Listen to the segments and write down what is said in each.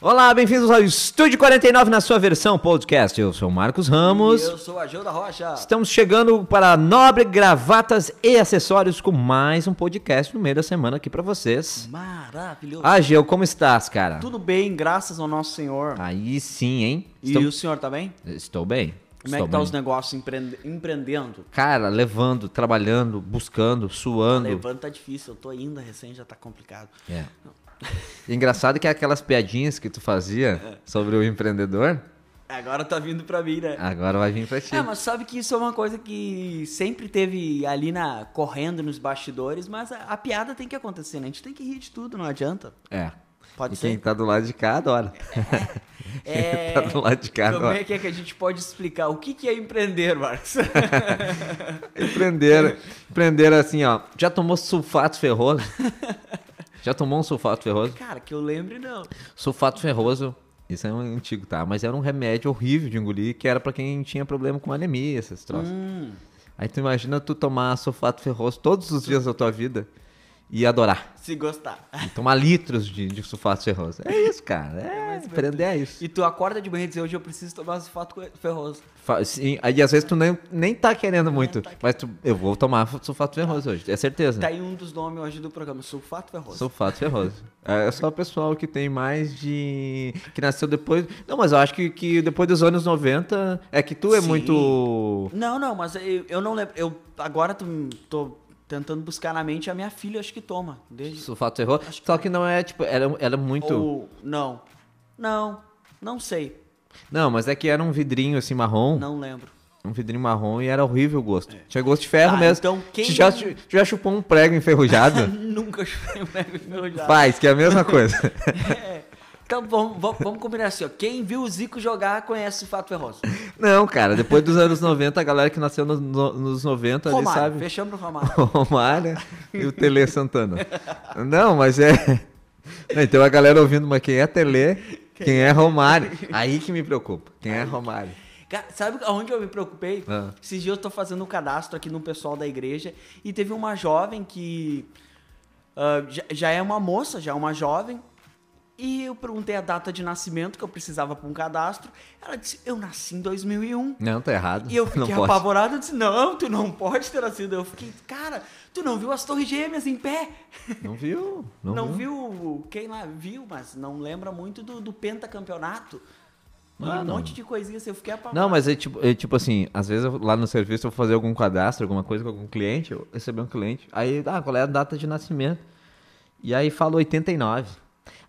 Olá, bem-vindos ao Estúdio 49 na sua versão podcast. Eu sou o Marcos Ramos. Eu sou a Geu da Rocha. Estamos chegando para a Nobre Gravatas e Acessórios com mais um podcast no meio da semana aqui para vocês. Maravilhoso. Ah, Geu, como estás, cara? Tudo bem, graças ao nosso Senhor. Aí sim, hein? e Estou, o senhor tá bem? estou bem. Como é estou que tá bem. os negócios empreende- empreendendo? Cara, levando, trabalhando, buscando, suando. Levando tá difícil, eu tô ainda recém, já tá complicado. É. Engraçado que é aquelas piadinhas que tu É. fazia sobre o empreendedor, Agora tá vindo pra mim, né? agora vai vir pra ti. É, mas sabe que isso é uma coisa que sempre teve ali na correndo nos bastidores, mas a, a piada tem que acontecer, né? A gente tem que rir de tudo, não adianta. É. Pode e ser? quem tá do lado de cá adora. É, tá do lado de cá como adora. é que é que a gente pode explicar o que, que é empreender, Marcos? Empreenderam. Empreenderam assim, ó. Já tomou sulfato ferroso? Já tomou um sulfato ferroso? Cara, que eu lembre não. Sulfato ferroso, isso é um antigo, tá? Mas era um remédio horrível de engolir, que era pra quem tinha problema com anemia, esses troços. Hum. Aí tu imagina tu tomar sulfato ferroso todos os dias da tua vida e adorar. Se gostar. E tomar litros de, de sulfato ferroso. É isso, cara. É, empreender é isso. E tu acorda de manhã e diz, hoje eu preciso tomar sulfato ferroso. Fa- Sim, aí às vezes tu nem, nem tá querendo muito, mas tu, eu vou tomar sulfato ferroso hoje, é certeza. Tá aí um dos nomes hoje do programa, sulfato ferroso. Sulfato ferroso. É só o pessoal que tem mais de. que nasceu depois. Não, mas eu acho que, que depois dos anos 90. É que tu é Sim. muito. Não, não, mas eu, eu não lembro. Eu agora tô, tô tentando buscar na mente a minha filha, acho que toma. Desde... Sulfato ferroso. Só que não é, tipo, era, era muito. Ou não. Não, não sei. Não, mas é que era um vidrinho assim marrom. Não lembro. Um vidrinho marrom e era horrível o gosto. Tinha gosto de ferro Tá, mesmo. então quem- Tu já, chu- tu já chupou um prego enferrujado? Nunca chupei um prego enferrujado. Faz, que é a mesma coisa. É. Então vamos, vamos, vamos combinar assim, ó. Quem viu o Zico jogar conhece o Fato Ferroso. Não, cara, depois dos anos 90, a galera que nasceu no- no- nos 90 ali, Romário, sabe? fechamos pro Romário. O Romário né? e o Tele Santana. Não, mas é. Não, então a galera ouvindo, mas quem é Tele, quem é Romário? Aí que me preocupa. Quem é Romário? Cara, sabe aonde eu me preocupei? Ah. Esses dias eu tô fazendo um cadastro aqui no pessoal da igreja e teve uma jovem que ah, já, já é uma moça, já é uma jovem. E eu perguntei a data de nascimento que eu precisava para um cadastro. Ela disse: Eu nasci em 2001. Não, tá errado. E eu fiquei não posso. apavorado. Eu disse: Não, tu não pode ter nascido. Eu fiquei: Cara, tu não viu as Torres Gêmeas em pé? Não viu? Não, Não viu? viu, quem lá viu, mas não lembra muito do, do pentacampeonato. Ah, um não. monte de coisinha assim. Eu fiquei apavorado. Não, mas é tipo, é tipo assim, às vezes eu- lá no serviço eu vou fazer algum cadastro, alguma coisa com algum cliente, eu recebi um cliente, aí, ah, qual é a data de nascimento? E aí fala 89.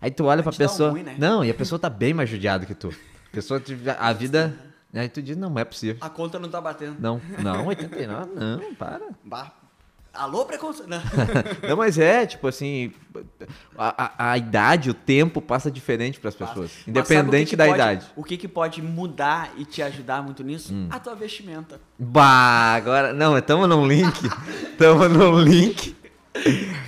Aí tu olha pra te dar um pessoa. ruim, né? Não, e a pessoa tá bem mais judiada que tu. A pessoa, te- a vida. Aí tu diz, não, não é possível. A conta não tá batendo. Não, não, 89, não, para. Bah. Alô, né? preconceito. Não. Não, mas é, tipo assim, a, a- a idade, o tempo passa diferente pras pessoas, Mas sabe o que independente que da pode- idade. Hum. O que, que pode mudar e te ajudar muito nisso? A tua vestimenta. Bah, agora, não, estamos num link, estamos num link.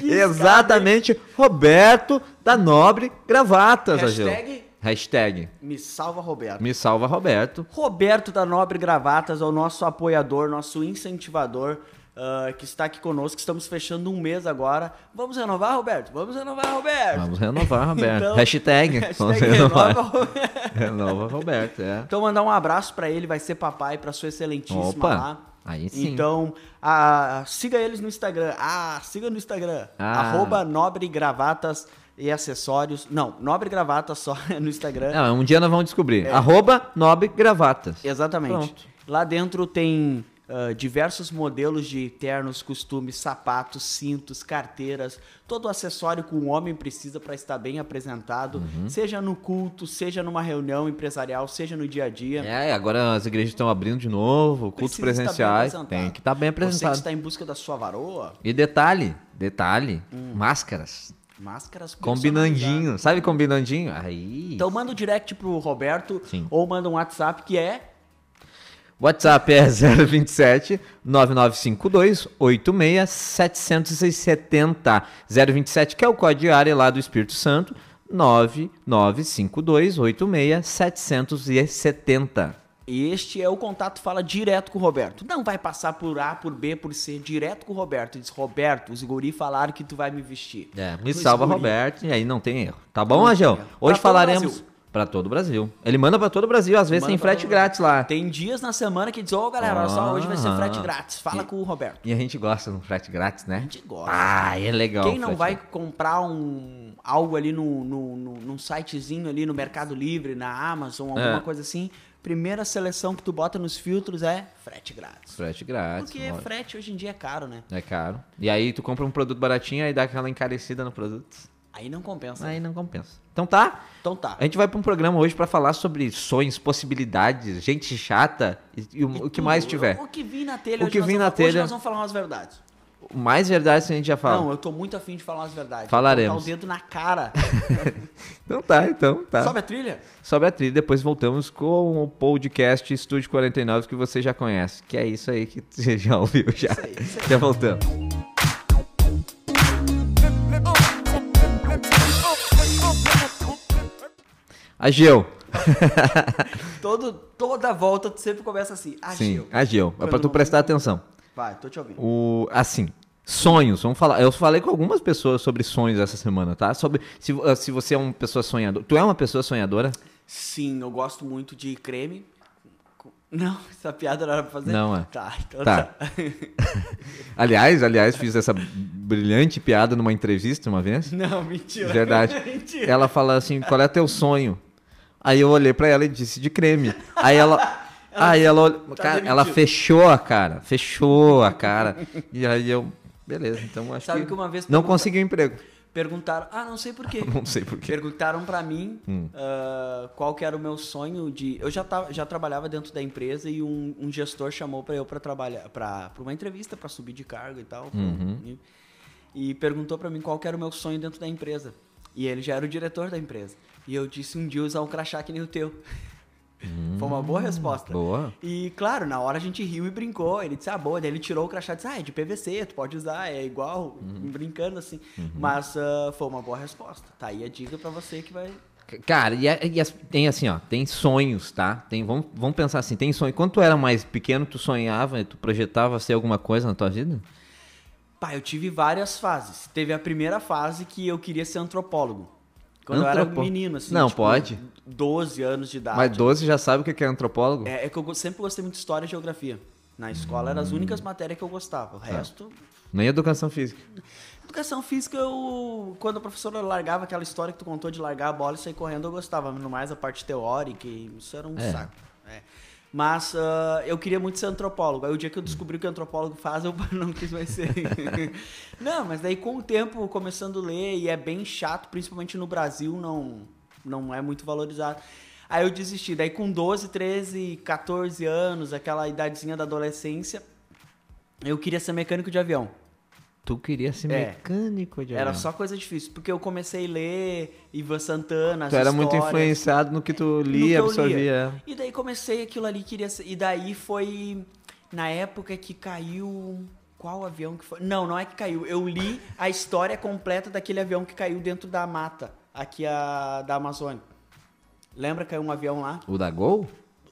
Exatamente, Roberto da Nobre Gravatas, Agil. Hashtag? Hashtag, Me salva, Roberto. me salva Roberto. Roberto da Nobre Gravatas é o nosso apoiador, nosso incentivador ah, que está aqui conosco. Estamos fechando um mês agora. Vamos renovar, Roberto? Vamos renovar, Roberto! Vamos renovar, Roberto. Então, hashtag, vamos hashtag renovar. renova, Roberto. Renova, Roberto, é. Então, mandar um abraço pra ele, vai ser papai, pra sua excelentíssima Opa, lá. aí sim. Então, ah, siga eles no Instagram. Ah, siga no Instagram. Ah. Arroba Nobre Gravatas e Acessórios. Não, Nobre Gravatas só no Instagram. Não, um dia nós vamos descobrir. É. Arroba Nobre Gravatas. Exatamente. Pronto. Lá dentro tem ah, diversos modelos de ternos, costumes, sapatos, cintos, carteiras, todo o acessório que um homem precisa para estar bem apresentado, Uhum. seja no culto, seja numa reunião empresarial, seja no dia a dia. É, agora as igrejas estão abrindo de novo, cultos Precisa estar bem presenciais. apresentado. Tem que estar bem Você que apresentado. está em busca da sua varoa, E detalhe, detalhe, Hum. máscaras. máscaras personalizadas. Combinandinho, sabe combinandinho? Aí. Então manda o direct pro Roberto Sim. ou manda um WhatsApp que é WhatsApp é 027 9952 86770. 027 que é o código de área lá do Espírito Santo, 9952 86770. Este é o contato, fala direto com o Roberto. Não vai passar por A, por B, por C, direto com o Roberto. Diz, Roberto, os guri falaram que tu vai me vestir. É, me Os salva guri. Roberto, e aí não tem erro. Tá Não bom, tem Angel? erro. Pra Hoje todo falaremos Brasil. pra todo o Brasil. Ele manda pra todo o Brasil, às vezes Manda tem pra frete todo grátis lá. Tem dias na semana que diz, ô galera, olha só, hoje vai ser Aham. frete grátis. Fala com o Roberto. Ah. E a gente gosta de um frete grátis, né? A gente gosta. Ah, é legal. Quem o não frete vai grátis. comprar um algo ali no, no, no- num sitezinho ali no Mercado Livre, na Amazon, alguma É. coisa assim, primeira seleção que tu bota nos filtros é frete grátis. Frete grátis. Porque mora. frete hoje em dia é caro, né? É caro. E aí tu compra um produto baratinho e dá aquela encarecida no produto. Aí não compensa. Aí não compensa. Então tá. Então tá. A gente vai pra um programa hoje pra falar sobre sonhos, possibilidades, gente chata e, e o, o que Tudo. mais tiver. O que vim na telha. O hoje que nós vim vamos- na telha. Hoje nós vamos falar umas verdades. Mais verdade se a gente já fala. Não, eu tô muito afim de falar umas verdades. Falaremos. Botar o dedo na cara. Então tá, então tá. Sobe a trilha? Sobre a trilha, depois voltamos com o podcast Estúdio 49 que você já conhece. Que é isso aí que você já ouviu já. Isso aí, isso aí. Já voltamos. Ageu. Todo, toda volta tu sempre começa assim. Sim, Agiu. Ageu. É pra tu prestar atenção. Vai, tô te ouvindo. O, assim, sonhos, vamos falar. Eu falei com algumas pessoas sobre sonhos essa semana, tá? Sobre se, vo- se você é uma pessoa sonhadora. Tu é uma pessoa sonhadora? Sim, eu gosto muito de creme. Não, essa piada não era pra fazer. Não é. Tá, então Tá. tá. Aliás, aliás, fiz essa brilhante piada numa entrevista uma vez. Não, mentira. Verdade. mentira. Ela fala assim: "Qual é teu sonho?" Aí eu olhei pra ela e disse: "De creme". Aí ela Aí ela, olhou- Tá cara, demitido. ela fechou a cara, fechou a cara. E aí eu, beleza, então acho Sabe que uma vez não pergunta- consegui um emprego. Perguntaram. Ah, não sei por quê. Não sei por quê. Perguntaram pra mim ah, qual que era o meu sonho de. Eu já, tava, já trabalhava dentro da empresa e um, um gestor chamou pra eu pra trabalhar para uma entrevista pra subir de cargo e tal. pra- E, e perguntou pra mim qual que era o meu sonho dentro da empresa. E ele já era o diretor da empresa. E eu disse um dia usar um crachá que nem o teu. Foi uma boa resposta. Boa. E claro, na hora a gente riu e brincou. Ele disse, ah, boa. Daí ele tirou o crachá e disse, ah, é de PVC, tu pode usar, é igual, Uhum. brincando assim. Mas ah, foi uma boa resposta. Tá aí a dica pra você que vai. Cara, e, a- e as- tem assim, ó, tem sonhos, tá? Tem, vamos, vamos pensar assim, tem sonho. Quando tu era mais pequeno, tu sonhava, tu projetava ser alguma coisa na tua vida? Pá, eu tive várias fases. Teve a primeira fase que eu queria ser antropólogo. Quando eu era Antropo- menino, assim. Não, pode. 12 anos de idade. Mas 12 já sabe o que é antropólogo? É, é que eu go- sempre gostei muito de história e geografia. Na escola eram Hum. as únicas matérias que eu gostava. O Tá. resto, Nem educação física. Educação física, eu. Quando a professora largava aquela história que tu contou de largar a bola e sair correndo, eu gostava. No mais a parte teórica, e isso era um É. saco. é. Mas ah, eu queria muito ser antropólogo. Aí o dia que eu descobri o que antropólogo faz, eu não quis mais ser. não, mas daí com o tempo, começando a ler, e é bem chato, principalmente no Brasil, não, não é muito valorizado. Aí eu desisti. Daí com 12, 13, 14 anos, aquela idadezinha da adolescência, eu queria ser mecânico de avião. Tu queria ser É. mecânico de Era avião. só coisa difícil, porque eu comecei a ler Ivan Santana, as Tu era histórias, muito influenciado no que tu no lia, que eu absorvia. é. E daí comecei aquilo ali, queria ser- e daí foi na época que caiu qual avião que foi? Não, não é que caiu. Eu li a história completa daquele avião que caiu dentro da mata, aqui a da Amazônia. Lembra que caiu um avião lá? O da Gol?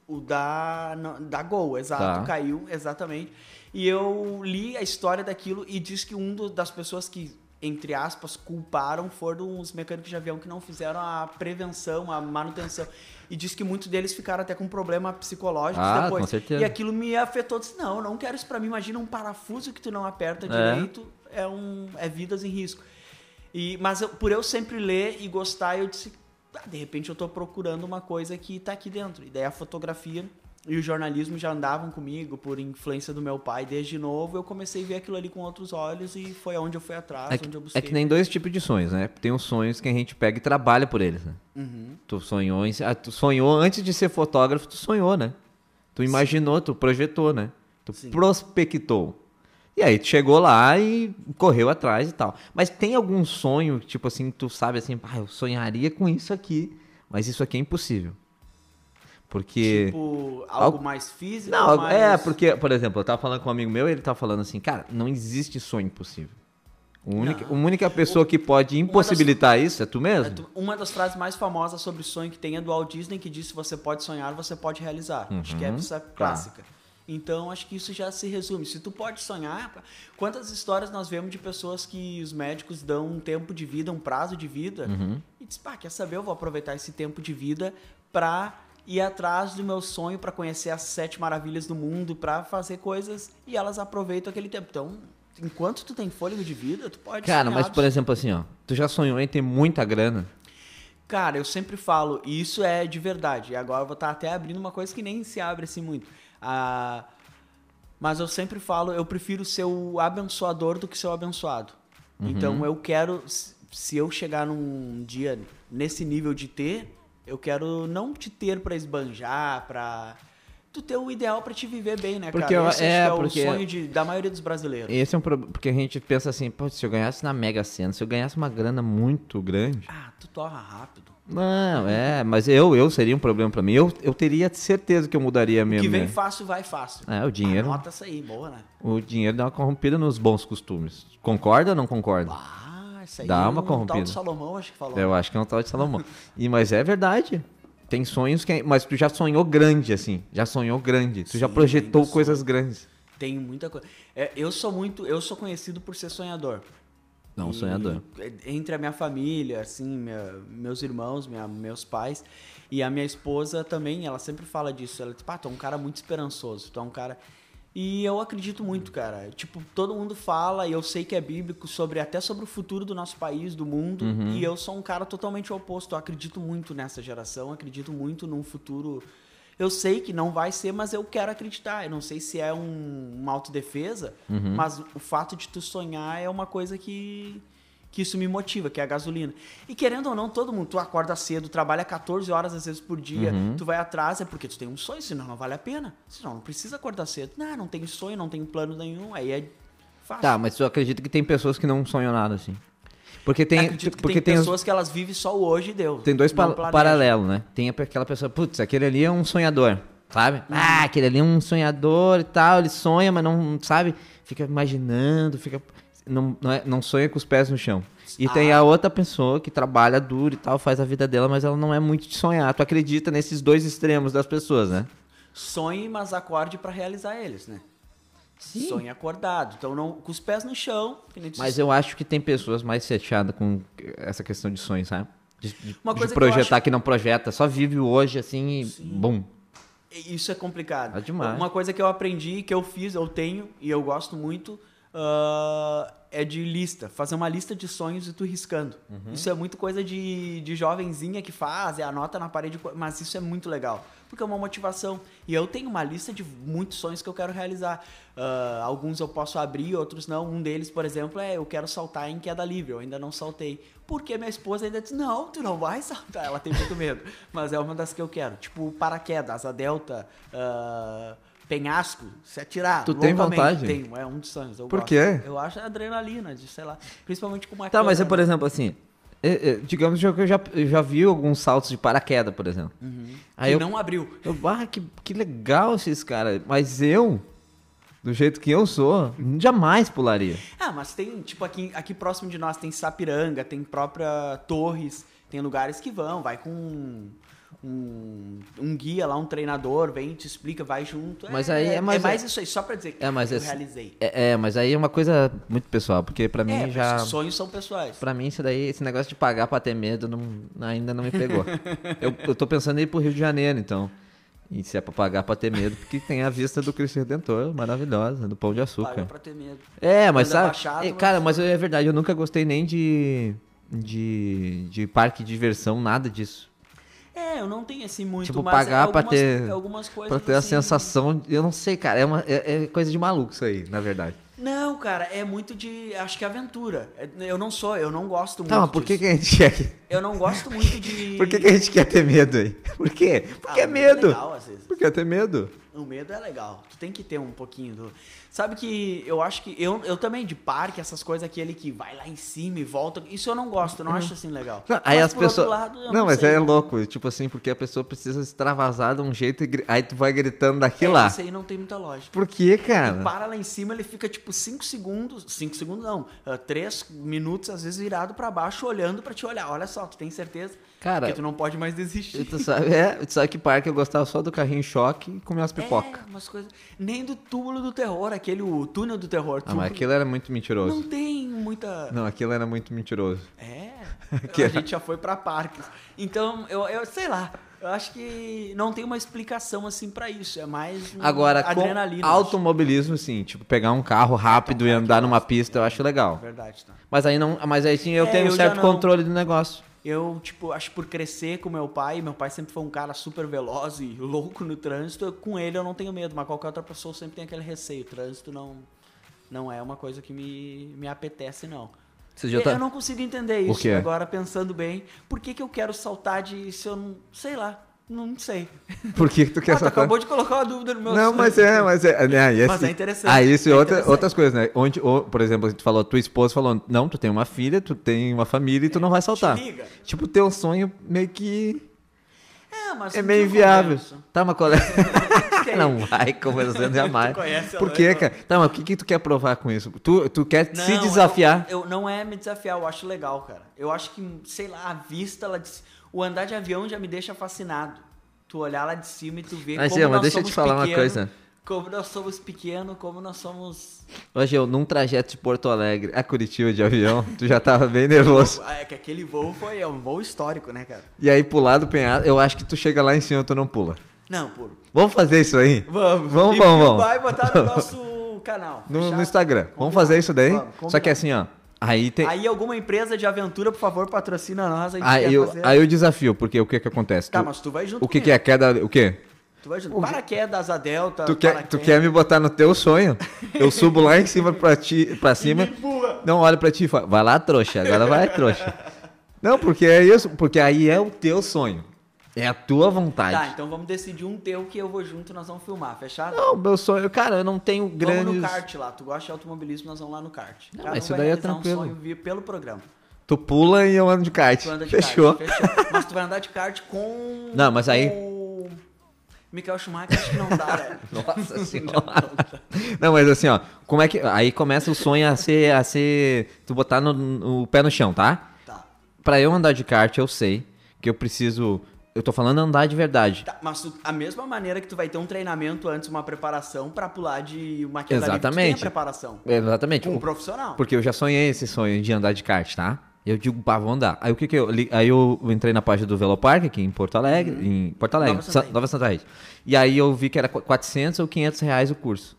O da, não, da Gol, exato, Tá. caiu, exatamente. E eu li a história daquilo e diz que um do- das pessoas que, entre aspas, culparam foram os mecânicos de avião que não fizeram a prevenção, a manutenção. E diz que muitos deles ficaram até com problema psicológico Ah, depois. com certeza. E aquilo me afetou. Disse, não, eu não quero isso pra mim. Imagina um parafuso que tu não aperta É. direito, é, um, é vidas em risco. E, mas eu- por eu sempre ler e gostar, eu disse, "Ah, de repente eu tô procurando uma coisa que tá aqui dentro. E daí a fotografia e o jornalismo já andavam comigo por influência do meu pai desde novo. Eu comecei a ver aquilo ali com outros olhos e foi onde eu fui atrás, É que, onde eu busquei. é que nem dois tipos de sonhos, né? Tem os sonhos que a gente pega e trabalha por eles, né? Uhum. Tu sonhou, em- ah, tu sonhou antes de ser fotógrafo, tu sonhou, né? Tu imaginou, tu projetou, né? Tu Sim. prospectou. E aí tu chegou lá e correu atrás e tal. Mas tem algum sonho, tipo assim, que tu sabe assim, ah, eu sonharia com isso aqui, mas isso aqui é impossível. Porque Tipo, algo Algo- mais físico? não, mais... é, porque, por exemplo, eu tava falando com um amigo meu e ele tava falando assim, cara, não existe sonho impossível. A única, a única pessoa que pode impossibilitar isso é tu mesmo? Uma das frases mais famosas sobre sonho que tem é do Walt Disney, que diz: se você pode sonhar, você pode realizar. Acho Uhum. que é Tá. essa clássica. Então, acho que isso já se resume. Se tu pode sonhar, pra- quantas histórias nós vemos de pessoas que os médicos dão um tempo de vida, um prazo de vida, Uhum. e diz: pá, quer saber? Eu vou aproveitar esse tempo de vida pra ir atrás do meu sonho, pra conhecer as sete maravilhas do mundo, pra fazer coisas, e elas aproveitam aquele tempo. Então, enquanto tu tem fôlego de vida, tu pode Cara, sonhar mas por exemplo assim, ó. Tu já sonhou em ter muita grana? Cara, eu sempre falo, e isso é de verdade. E agora eu vou estar até abrindo uma coisa que nem se abre assim muito. Ah, mas eu sempre falo, eu prefiro ser o abençoador do que ser o abençoado. Uhum. Então eu quero, se se eu chegar num dia nesse nível de ter, eu quero não te ter pra esbanjar, pra. Tu ter o ideal pra te viver bem, né, Porque cara? eu- Esse acho é, que é porque- o sonho de- da maioria dos brasileiros. Esse é um problema. Porque a gente pensa assim, pô, se eu ganhasse na Mega Sena, se eu ganhasse uma grana muito grande. Ah, tu torra rápido. Não, é, mas eu, eu seria um problema pra mim. Eu, eu teria certeza que eu mudaria O mesmo. que vem fácil, vai fácil. É, o dinheiro. Anota essa aí, boa, né? O dinheiro dá uma corrompida nos bons costumes. Concorda ou não concorda? Ah, isso aí Dá é uma um tal corrompida. de Salomão, acho que falou. Eu acho que é um tal de Salomão. e, mas é verdade. Tem sonhos que. é, Mas tu já sonhou grande, assim. Já sonhou grande. Tu já Sim, projetou ainda coisas grandes. Tem muita coisa. É, eu sou muito, eu sou conhecido por ser sonhador. Não, E, sonhador. é, Entre a minha família, assim, minha- meus irmãos, minha- meus pais e a minha esposa também, ela sempre fala disso. Ela diz, pá, tu é um cara muito esperançoso, tu é um cara... E eu acredito muito, cara. Tipo, todo mundo fala, e eu sei que é bíblico, sobre até sobre o futuro do nosso país, do mundo. E eu sou um cara totalmente oposto. Eu acredito muito nessa geração, acredito muito num futuro eu sei que não vai ser, mas eu quero acreditar. Eu não sei se é um, uma autodefesa, mas o fato de tu sonhar é uma coisa que, que isso me motiva, que é a gasolina. E querendo ou não, todo mundo, tu acorda cedo, trabalha 14 horas às vezes por dia, Uhum. tu vai atrás, é porque tu tem um sonho, senão não vale a pena. Senão não precisa acordar cedo. Não, não tenho sonho, não tenho plano nenhum, aí é fácil. Tá, mas eu acredito que tem pessoas que não sonham nada, assim. Porque tem. Acredito que Porque tem tem, os- pessoas que elas vivem só o hoje e deu. tem dois não pa- planejam. paralelos, né? Tem aquela pessoa, putz, aquele ali é um sonhador, sabe? Uhum. Ah, aquele ali é um sonhador e tal, ele sonha, mas não, sabe? Fica imaginando, fica. Não, não, é- não sonha com os pés no chão. E tem Ah. a outra pessoa que trabalha duro e tal, faz a vida dela, mas ela não é muito de sonhar. Tu acredita nesses dois extremos das pessoas, né? Sonhe, mas acorde pra realizar eles, né? Sim. Sonhe acordado. Então, não, com os pés no chão. Que nem tu Mas disse. eu acho que tem pessoas mais fechadas com essa questão de sonhos, sabe? De, de- Uma de coisa que eu projetar que, acho- não projeta, só vive o hoje assim e bum. Isso é complicado. É demais. Uma coisa que eu aprendi, que eu fiz, eu tenho e eu gosto muito, ah, é de lista. Fazer uma lista de sonhos e tu riscando. Isso é muito coisa de, de jovenzinha que faz, é anota na parede, co- mas isso é muito legal. Porque é uma motivação. E eu tenho uma lista de muitos sonhos que eu quero realizar. Ah, alguns eu posso abrir, outros não. Um deles, por exemplo, é eu quero saltar em queda livre. Eu ainda não saltei. Porque minha esposa ainda disse, não, tu não vai saltar. Ela tem muito medo. Mas é uma das que eu quero. Tipo, paraquedas, asa delta, ah, penhasco, se atirar. Tu tem loucamente. vontade? Tenho, é um dos sonhos. Eu Por gosto. quê? Eu acho adrenalina, de, sei lá. Principalmente com uma Tá, mas é câmera. por exemplo assim. é, é, digamos que eu já, eu já vi alguns saltos de paraquedas, por exemplo. Aí que eu, não abriu. eu, ah, que, que legal esses caras. Mas eu, do jeito que eu sou, jamais pularia. Ah, mas tem, tipo, aqui, aqui próximo de nós tem Sapiranga, tem própria Torres, tem lugares que vão, vai com um, um- um guia lá, um treinador, vem, te explica, vai junto. Mas aí é mais- isso aí, só pra dizer que É, mas eu é- realizei. É, é, mas aí é uma coisa muito pessoal, porque pra mim É, já. mas sonhos são pessoais. Pra mim, isso daí, esse negócio de pagar pra ter medo não- ainda não me pegou. eu, eu tô pensando em ir pro Rio de Janeiro, então. E se é pra pagar pra ter medo, porque tem a vista do Cristo Redentor, maravilhosa, do Pão de Paga Açúcar. pra ter medo. É, mas Anda sabe. baixado, é, mas- Cara, mas eu- é verdade, eu nunca gostei nem de. de. de parque de diversão, nada disso. É, eu não tenho assim muito, Tipo, mas é pagar pra algumas, ter- algumas coisas pra ter a assim- sensação. de- Eu não sei, cara, é, uma, é- é coisa de maluco isso aí, na verdade. Não, cara, é muito de, acho que aventura. É, Eu não sou, eu não gosto muito Tá, mas por que, disso. que a gente quer. que- Eu não gosto muito de... Por que, que a gente quer ter medo aí? Por quê? Ah, Porque é mas medo. legal, às vezes. Porque é ter medo. O medo é legal. Tu tem que ter um pouquinho do. Sabe que eu acho que. Eu, eu também, de parque, essas coisas, aquele que vai lá em cima e volta. Isso eu não gosto, eu não acho assim legal. Não, aí Mas, as por outro pessoas. lado, eu não, mas sei. é louco. Tipo assim, porque a pessoa precisa extravasar de um jeito e gri- aí tu vai gritando daqui É, lá. É, né? Isso aí não tem muita lógica. Por que, Ele cara? para lá em cima, ele fica tipo 5 segundos, 5 segundos não, 3 minutos às vezes virado pra baixo, olhando pra te olhar. Olha só, tu tem certeza Cara, que tu não pode mais E desistir. Tu sabe, é, tu sabe que parque eu gostava só do carrinho choque e comer umas pipocas. É, umas coisas. Nem do túmulo do terror, aquele o túnel do terror. Ah, mas túmulo- aquilo era muito Tipo, não mentiroso. tem muita. Não, aquilo era muito mentiroso. É. Que- A gente já foi pra parques. Então, eu, eu sei lá. Eu acho que não tem uma explicação assim pra isso. É mais um Agora, com adrenalina. automobilismo, sim, tipo, pegar um carro rápido e andar numa pista, eu acho acho. legal. Verdade, tá. Mas aí não. Mas aí sim eu É, tenho eu um já certo não. controle do negócio. Eu, tipo, acho que por crescer com meu pai, meu pai sempre foi um cara super veloz e louco no trânsito, eu- com ele eu não tenho medo, mas qualquer outra pessoa sempre tem aquele receio. Trânsito não, não é uma coisa que me, me apetece, não. Você Eu, já tá- eu não consigo entender Por isso quê? agora, pensando bem. Por que, que eu quero saltar de se eu não. Sei lá, não sei. Por que, que tu quer ah, tu essa acabou de colocar uma dúvida no meu Não, sonho. mas é, mas é. Né, aí Mas esse- é interessante, Aí isso e é outra- interessante. outras coisas, né? Onde, ou, por exemplo, tu falou, tua esposa falou, não, tu tem uma filha, tu tem uma família e tu não vai saltar. É, liga. Tipo, teu sonho meio que É, mas É tu meio conhece. inviável. Tá, mas qual é? Que não vai conversando jamais. Tu conhece a Por quê, Lana? cara? Tá, mas o que, que tu quer provar com isso? Tu, tu quer Não, se desafiar? Eu, eu- não é me desafiar, eu acho legal, cara. Eu acho que, sei lá, a vista lá de c- O andar de avião já me deixa fascinado. Tu olhar lá de cima e tu ver Mas, como Gil, mas nós deixa eu somos te falar uma pequeno, coisa. Como nós somos pequenos, como nós somos. Hoje eu, num trajeto de Porto Alegre a Curitiba de avião, tu já tava bem nervoso. Ah, É que aquele voo foi é um voo histórico, né, cara? E aí pular do penhasco, eu acho que tu chega lá em cima e tu não pula. Não, pô. Vamos fazer isso aí? Vamos, Vamos, E vamos, vamos. Vai botar no nosso canal. No, no fechado? Instagram. Combinado. Vamos fazer isso daí? Vamos, Só que combinado. assim, ó. Aí tem. Aí, Aí alguma empresa de aventura, por favor, patrocina nós. A gente quer eu, fazer. aí eu desafio, porque o que que acontece? Tá, Tu- mas tu vai junto o que comigo. que é a queda? O quê? Tu vai junto. Paraquedas, a Delta, Tu quer, tu paraquedas. quer me botar no teu sonho? Eu subo lá em cima pra, ti, pra cima. empurra. Não olho pra ti e falo, vai lá, trouxa, agora vai, trouxa. Não, porque é isso, porque aí é o teu sonho. É a tua vontade. Tá, então vamos decidir um teu que eu vou junto e nós vamos filmar, fechado? Não, meu sonho, cara, eu não tenho Vamos grandes. no kart lá. Tu gosta de automobilismo, nós vamos lá no kart. Não, Cada mas isso vai daí é realizar tranquilo. Um sonho via- pelo programa. Tu pula e eu ando de kart. Tu anda de Fechou. kart. Fechou. Mas tu vai andar de kart com. Não, mas aí- O Michael Schumacher acho que não dá, né? Nossa Não, senhora. não dá. Não, mas assim, ó, como é que. Aí começa o sonho a ser. A ser tu botar no, no- o pé no chão, tá? Tá. Pra eu andar de kart, eu sei que eu preciso. Eu tô falando andar de verdade. Tá, mas tu- a mesma maneira que tu vai ter um treinamento antes, uma preparação pra pular de uma queda livre, tu Exatamente. tem a preparação. Exatamente. Com um O- profissional. Porque eu já sonhei esse sonho de andar de kart, tá? Eu digo, pá, vou andar. Aí o que que eu. li- Aí eu entrei na página do Velopark aqui em Porto Alegre. Em Porto Alegre, Uhum. Nova Sa- Santarém. Nova Santa Rede. E aí eu vi que era qu- 400 ou 500 reais o curso.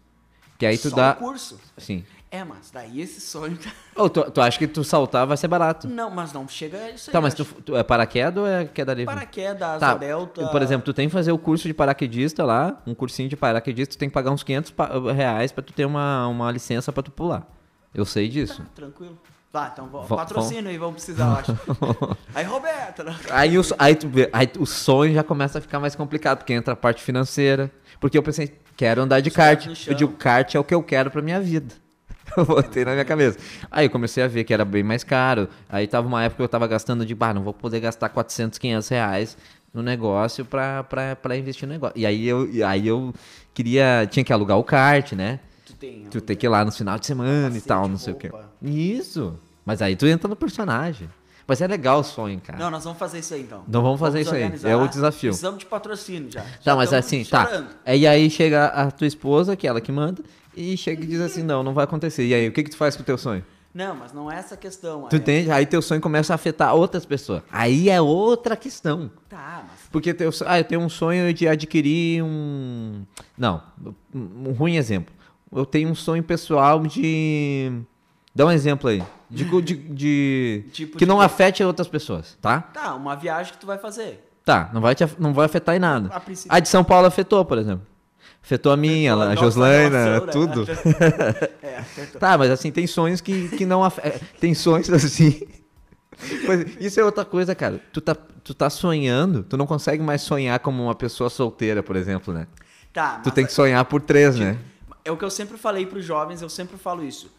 Que aí tu Só dá. o curso. Sim. É, mas daí esse sonho. tá- Ou tu, tu acha que tu saltar vai ser barato. Não, mas não chega a isso aí. Tá, mas eu tu, tu é paraquedas ou é queda livre? Paraquedas, Tá. a Delta. Por exemplo, tu tem que fazer o curso de paraquedista lá, um cursinho de paraquedista, tu tem que pagar uns 500 pa- reais pra tu ter uma, uma licença pra tu pular. Eu sei disso. Tá, tranquilo. Tá, então vamos. Vão- Patrocínio aí, vamos precisar, eu acho. aí, Roberto. né? Aí, o, aí, tu vê- aí o sonho já começa a ficar mais complicado, porque entra a parte financeira. Porque eu pensei, quero andar de kart. tá no chão. Eu digo, kart é o que eu quero pra minha vida. Eu botei na minha cabeça. Aí eu comecei a ver que era bem mais caro. Aí tava uma época que eu tava gastando de, bah, não vou poder gastar 400, 500 reais no negócio pra, pra, pra investir no negócio. E aí eu, e aí eu queria, tinha que alugar o kart, né? Tu tem. Tu tem que ir lá no final de semana e Capacete, tal, não sei o quê. roupa. Isso. Mas aí tu entra no personagem. Mas é legal o sonho, cara. Não, nós vamos fazer isso aí então. Não vamos fazer isso aí, organizar. é o desafio. Precisamos de patrocínio já. Tá, mas assim, tá. E aí chega a tua esposa, que é ela que manda, e chega e diz assim, não, não vai acontecer. E aí, o que que tu faz com o teu sonho? Não, mas não é essa questão. Tu é- entende? Aí teu sonho começa a afetar outras pessoas. Aí é outra questão. Tá, mas. Porque teu, so- ah, eu tenho um sonho de adquirir um... Não, um ruim exemplo. Eu tenho um sonho pessoal de... Dá um exemplo aí. De, co- de, de- Tipo que de não quê? afete outras pessoas, tá? Tá, uma viagem que tu vai fazer. Tá, não vai, te af- não vai afetar em nada. A A, princípio. de São Paulo afetou, por exemplo. Afetou a minha, a Nossa Joslaina, relação, né? tudo. é, acertou. Tá, mas assim, tem sonhos que, que não afetam. Tem sonhos assim. Pois, isso é outra coisa, cara. Tu tá, tu tá sonhando, tu não consegue mais sonhar como uma pessoa solteira, por exemplo, né? Tá, Tu mas tem que sonhar por três, né? é o que eu sempre falei pros jovens, eu sempre falo isso.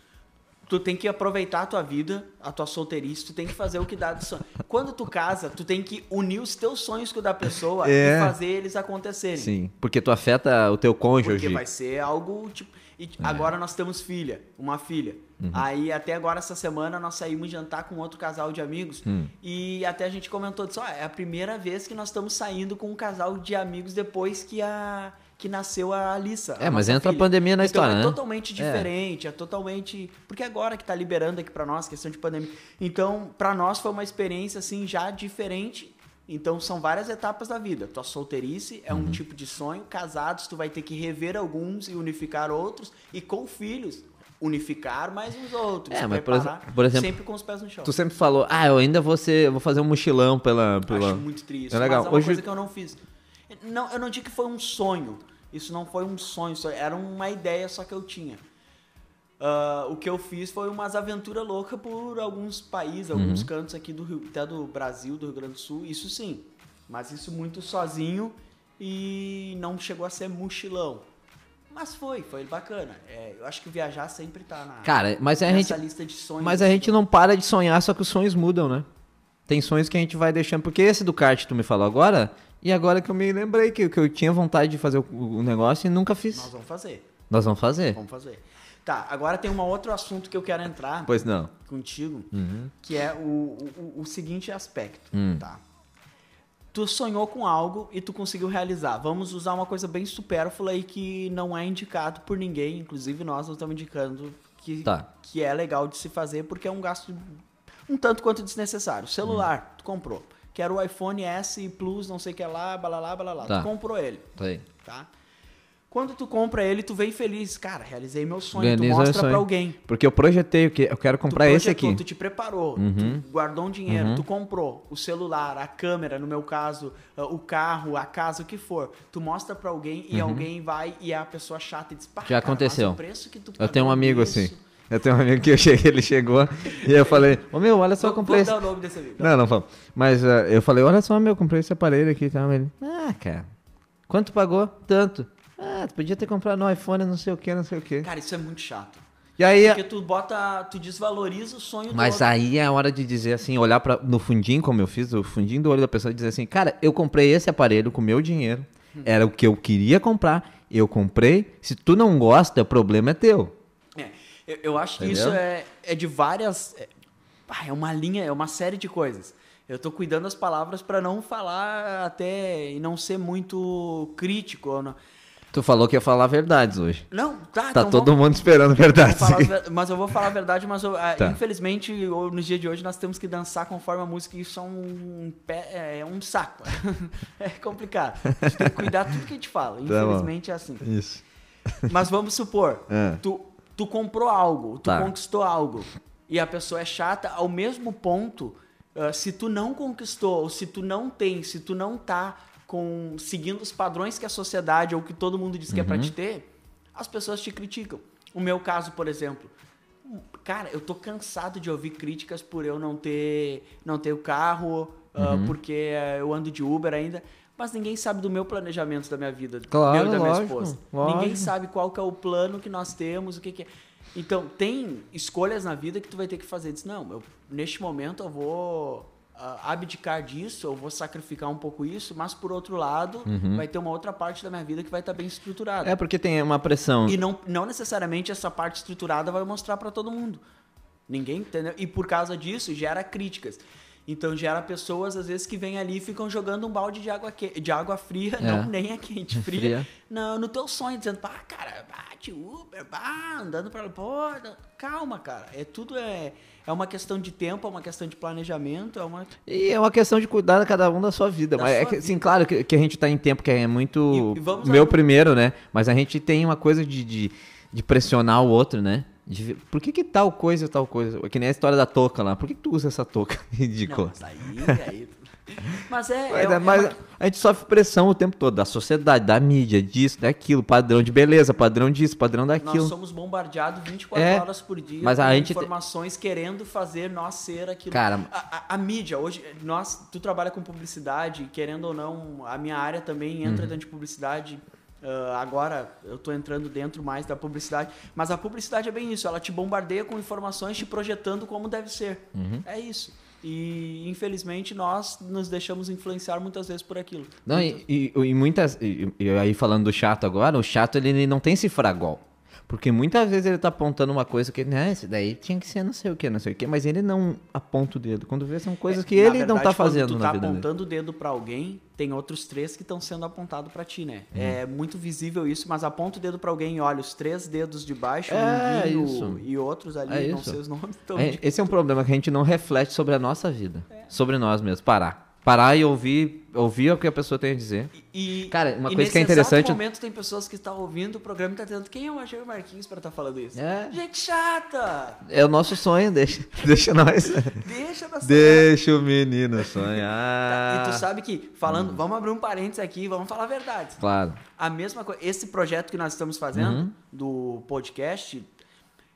Tu tem que aproveitar a tua vida, a tua solteirice, tu tem que fazer o que dá do sonho. Quando tu casa, tu tem que unir os teus sonhos com o da pessoa É. e fazer eles acontecerem. Sim. Porque tu afeta o teu Porque cônjuge. vai ser algo tipo. É. e Agora nós temos filha, uma filha. Uhum. Aí até agora, essa semana, nós saímos jantar com outro casal de amigos. Hum. E até a gente comentou disso: ó, é a primeira vez que nós estamos saindo com um casal de amigos depois que a. que nasceu a Alissa. É, a mas nossa entra a filha. pandemia na então, história, é né? totalmente É. diferente, é totalmente. Porque agora que tá liberando aqui pra nós, questão de pandemia. Então, pra nós foi uma experiência, assim, já diferente. Então, são várias etapas da vida. Tua solteirice é Uhum. um tipo de sonho. Casados, tu vai ter que rever alguns e unificar outros. E com filhos, unificar mais uns outros. É, se mas por preparar, exe- por exemplo, Sempre com os pés no chão. Tu sempre falou, ah, eu ainda vou, ser, eu vou fazer um mochilão pela. pela... Acho muito triste. É legal. Mas é uma Hoje- coisa que eu não fiz. Não, eu não digo que foi um sonho. Isso não foi um sonho, só- era uma ideia só que eu tinha. Ah, o que eu fiz foi umas aventuras loucas por alguns países, Uhum. alguns cantos aqui do Rio, até do Brasil, do Rio Grande do Sul, isso sim. Mas isso muito sozinho e não chegou a ser mochilão. Mas foi, foi bacana. É, eu acho que viajar sempre tá na Cara, mas a gente. nessa lista de sonhos. Mas a gente não para de sonhar, só que os sonhos mudam, né? Tem sonhos que a gente vai deixando. Porque esse do kart tu me falou agora, e agora que eu me lembrei que, que eu tinha vontade de fazer o, o negócio e nunca fiz. Nós vamos fazer, Nós vamos fazer. vamos fazer. Tá, agora tem um outro assunto que eu quero entrar. Pois Uhum. não. contigo, que é o, o- o, o seguinte aspecto, Hum. tá? Tu sonhou com algo e tu conseguiu realizar. Vamos usar uma coisa bem supérflua e que não é indicado por ninguém, inclusive nós não estamos indicando que, Tá. que é legal de se fazer, porque é um gasto um tanto quanto desnecessário. Hum. Celular, tu comprou. Quero o iPhone S Plus, não sei o que lá, balalá, balalá. Tá. Tu comprou ele Tá aí. tá? Quando tu compra ele, tu vem feliz. Cara, realizei meu sonho. Realizei tu meu mostra sonho. pra alguém. Porque eu projetei o que eu quero Tu comprar É esse projetou, aqui. Uhum. Tu te preparou, tu guardou um dinheiro, tu comprou o celular, a câmera, no meu caso, ah, o carro, a casa, o que for. Tu mostra pra alguém e alguém vai e é a pessoa chata e diz, "Pá, Uhum. Já aconteceu. Mas o preço que tu Eu tenho um pagou amigo nisso." assim. Eu tenho um amigo que eu cheguei, ele chegou e eu falei, ô meu, olha só, eu Vou- comprei vou esse. dar o nome desse amigo. Não, não vamos. Mas ah, eu falei, olha só, meu, comprei esse aparelho aqui e tal. Ele, ah, cara, quanto pagou? Tanto. Ah, tu podia ter comprado no iPhone, não sei o que, não sei o que. Cara, isso é muito chato. E aí, eh, Porque tu bota, tu desvaloriza o sonho mas do outro. aí é a hora de dizer assim, olhar pra, no fundinho, como eu fiz, o fundinho do olho da pessoa e dizer assim, cara, eu comprei esse aparelho com meu dinheiro, Hum. era o que eu queria comprar, eu comprei, se tu não gosta, o problema é teu. É, eu, eu acho que Entendeu? isso é, é de várias. É, ah, é uma linha, é uma série de coisas. Eu tô cuidando das palavras pra não falar até e não ser muito crítico. ou Não, Tu falou que ia falar verdades hoje. não tá, Tá então todo vamos- mundo esperando vou verdades. falar as ver- mas eu vou falar a verdade, mas eu- ah, Tá. infelizmente eu- no dia de hoje nós temos que dançar conforme a música e isso é um, pé- é um saco. é complicado. A gente tem que cuidar tudo que a gente fala. Tá bom. Infelizmente é assim. Isso. Mas vamos supor, É. tu, tu comprou algo, tu Tá. conquistou algo, e a pessoa é chata ao mesmo ponto, ah, se tu não conquistou, ou se tu não tem, se tu não tá com, seguindo os padrões que a sociedade ou que todo mundo diz que é pra Uhum. te ter, as pessoas te criticam. O meu caso, por exemplo, cara, eu tô cansado de ouvir críticas por eu não ter, não ter o carro, ah, Uhum. porque ah, eu ando de Uber ainda. Mas ninguém sabe do meu planejamento da minha vida, Claro, meu e da minha lógico, esposa. Ninguém lógico. sabe qual que é o plano que nós temos, o que, que é. Então, tem escolhas na vida que tu vai ter que fazer. Diz, não, eu, neste momento eu vou ah, abdicar disso, eu vou sacrificar um pouco isso, mas por outro lado, vai ter uma outra parte da minha vida que vai estar bem estruturada. É porque tem uma pressão. E não, não necessariamente essa parte estruturada vai mostrar pra todo mundo. Ninguém entendeu. E por causa disso, gera críticas. Então gera pessoas, às vezes, que vêm ali e ficam jogando um balde de água, que... de água fria, É. não nem a quente, É fria. fria. Não, no teu sonho, dizendo, pá, cara, bate Uber, pá, andando pra lá. Pô, não- calma, cara. É tudo é, é uma questão de tempo, é uma questão de planejamento, é uma. E é uma questão de cuidar cada um da sua vida. Da Mas é sua que, assim, claro que, que a gente tá em tempo que é muito E- e vamos meu lá. primeiro, né? Mas a gente tem uma coisa de, de, de pressionar o outro, né? De ver, por que, que tal coisa e tal coisa? Que nem a história da touca lá. Por que, que tu usa essa touca? Não, Ridícula. mas aí, aí. Mas é. é- Mas, é é- mas uma- a gente sofre pressão o tempo todo, da sociedade, da mídia, disso, daquilo, padrão de beleza, padrão disso, padrão Nós daquilo. somos bombardeados 24 É, horas por dia mas a com gente te- informações querendo fazer nós ser aquilo. Cara- a, a- a mídia, hoje, Uhum. nós, tu trabalha com publicidade, querendo ou não, a minha área também entra dentro de publicidade. Ah, agora eu tô entrando dentro mais da publicidade, mas a publicidade é bem isso, ela te bombardeia com informações te projetando como deve ser. Uhum. É isso. E infelizmente nós nos deixamos influenciar muitas vezes por aquilo. Não, e, e- e muitas. E, e aí falando do chato agora, o chato ele, ele não tem esse fragol. Porque muitas vezes ele tá apontando uma coisa que, né, esse daí tinha que ser não sei o que, não sei o que, mas ele não aponta o dedo. Quando vê, são coisas que É, Na ele não verdade, tá quando fazendo tu na tá vida dele. apontando o dedo pra alguém, tem outros três que estão sendo apontados pra ti, né? É Uhum. muito visível isso, mas aponta o dedo pra alguém e olha os três dedos de baixo, É, o mindinho isso. e outros ali, É não isso. sei os nomes. Então, É, esse é um problema que a gente não reflete sobre a nossa vida. É. Sobre nós mesmos. Parar. Parar e ouvir, ouvir o que a pessoa tem a dizer. E, Cara, uma e coisa que é nesse interessante- exato momento tem pessoas que estão ouvindo o programa e tá tentando quem é o Rogério Marquinhos pra estar falando isso? É. Gente chata! É o nosso sonho, deixa, deixa nós. Deixa da deixa o menino sonhar. E tu sabe que, Uhum. falando, vamos abrir um parênteses aqui, vamos falar a verdade. Claro. A mesma coisa, esse projeto que nós estamos fazendo Uhum. do podcast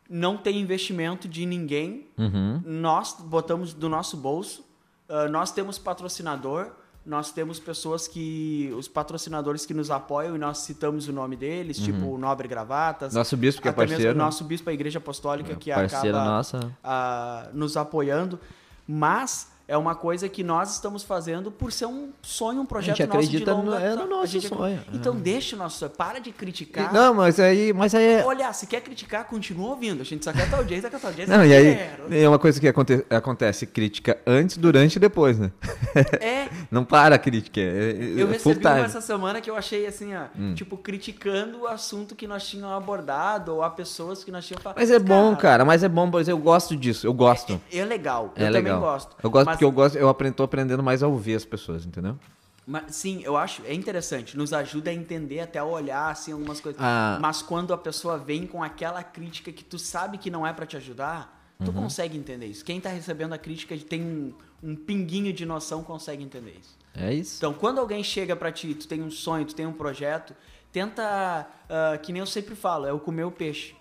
não tem investimento de ninguém. Uhum. Nós botamos do nosso bolso. ah, nós temos patrocinador, nós temos pessoas que os patrocinadores que nos apoiam e nós citamos o nome deles, tipo o Nobre Gravatas. Uhum. Nosso bispo que é até mesmo parceiro. É, o nosso bispo, a Igreja Apostólica que Parceira acaba nossa. ah, nos apoiando, mas é uma coisa que nós estamos fazendo por ser um sonho, um projeto gente nosso de acredita longa no- é no a nosso gente acre- sonho, é. Então deixa o nosso sonho, para de criticar. Não, mas aí, mas aí é. Olha, se quer criticar, continua ouvindo. A gente só quer tal audiência, quer tal audiência. Não, e quero. aí é uma coisa que aconte- acontece crítica antes, durante e depois, né? É, Não para a crítica, é, é- eu é recebi full uma time. Hum. essa semana que eu achei assim, ó, tipo, criticando o assunto que nós tínhamos abordado ou a pessoas que nós tínhamos falado. Mas é bom, cara, mas é bom, pois eu gosto disso, eu gosto. É legal, É eu legal. também gosto. Eu gosto Mas- porque eu gosto, eu aprendo, tô aprendendo mais a ouvir as pessoas, entendeu? Mas, sim, eu acho, é interessante, nos ajuda a entender, até a olhar, assim, algumas coisas. Ah. Mas quando a pessoa vem com aquela crítica que tu sabe que não é pra te ajudar, tu Uhum. consegue entender isso. Quem tá recebendo a crítica tem um, um pinguinho de noção, consegue entender isso. É isso. Então, quando alguém chega pra ti, tu tem um sonho, tu tem um projeto, tenta, ah, que nem eu sempre falo, é o comer o peixe.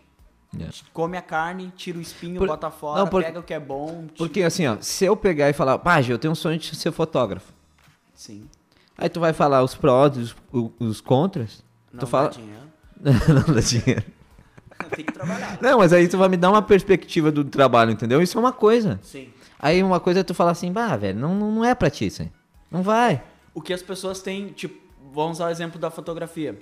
É. Come a carne, tira o espinho, Por- bota fora, não, por- pega o que é bom. ti- Porque assim, ó, se eu pegar e falar, pá, Gê, eu tenho um sonho de ser fotógrafo. Sim, Aí tu vai falar os prós, os, os, os contras. não tu dá fala. dinheiro. não dá dinheiro. tem que trabalhar. Não, mas aí tu vai me dar uma perspectiva do trabalho, entendeu? Isso é uma coisa. Sim. Aí uma coisa é tu falar assim, bah, velho, não, não não é pra ti isso aí. Não vai. O que as pessoas têm, tipo, vamos usar o exemplo da fotografia.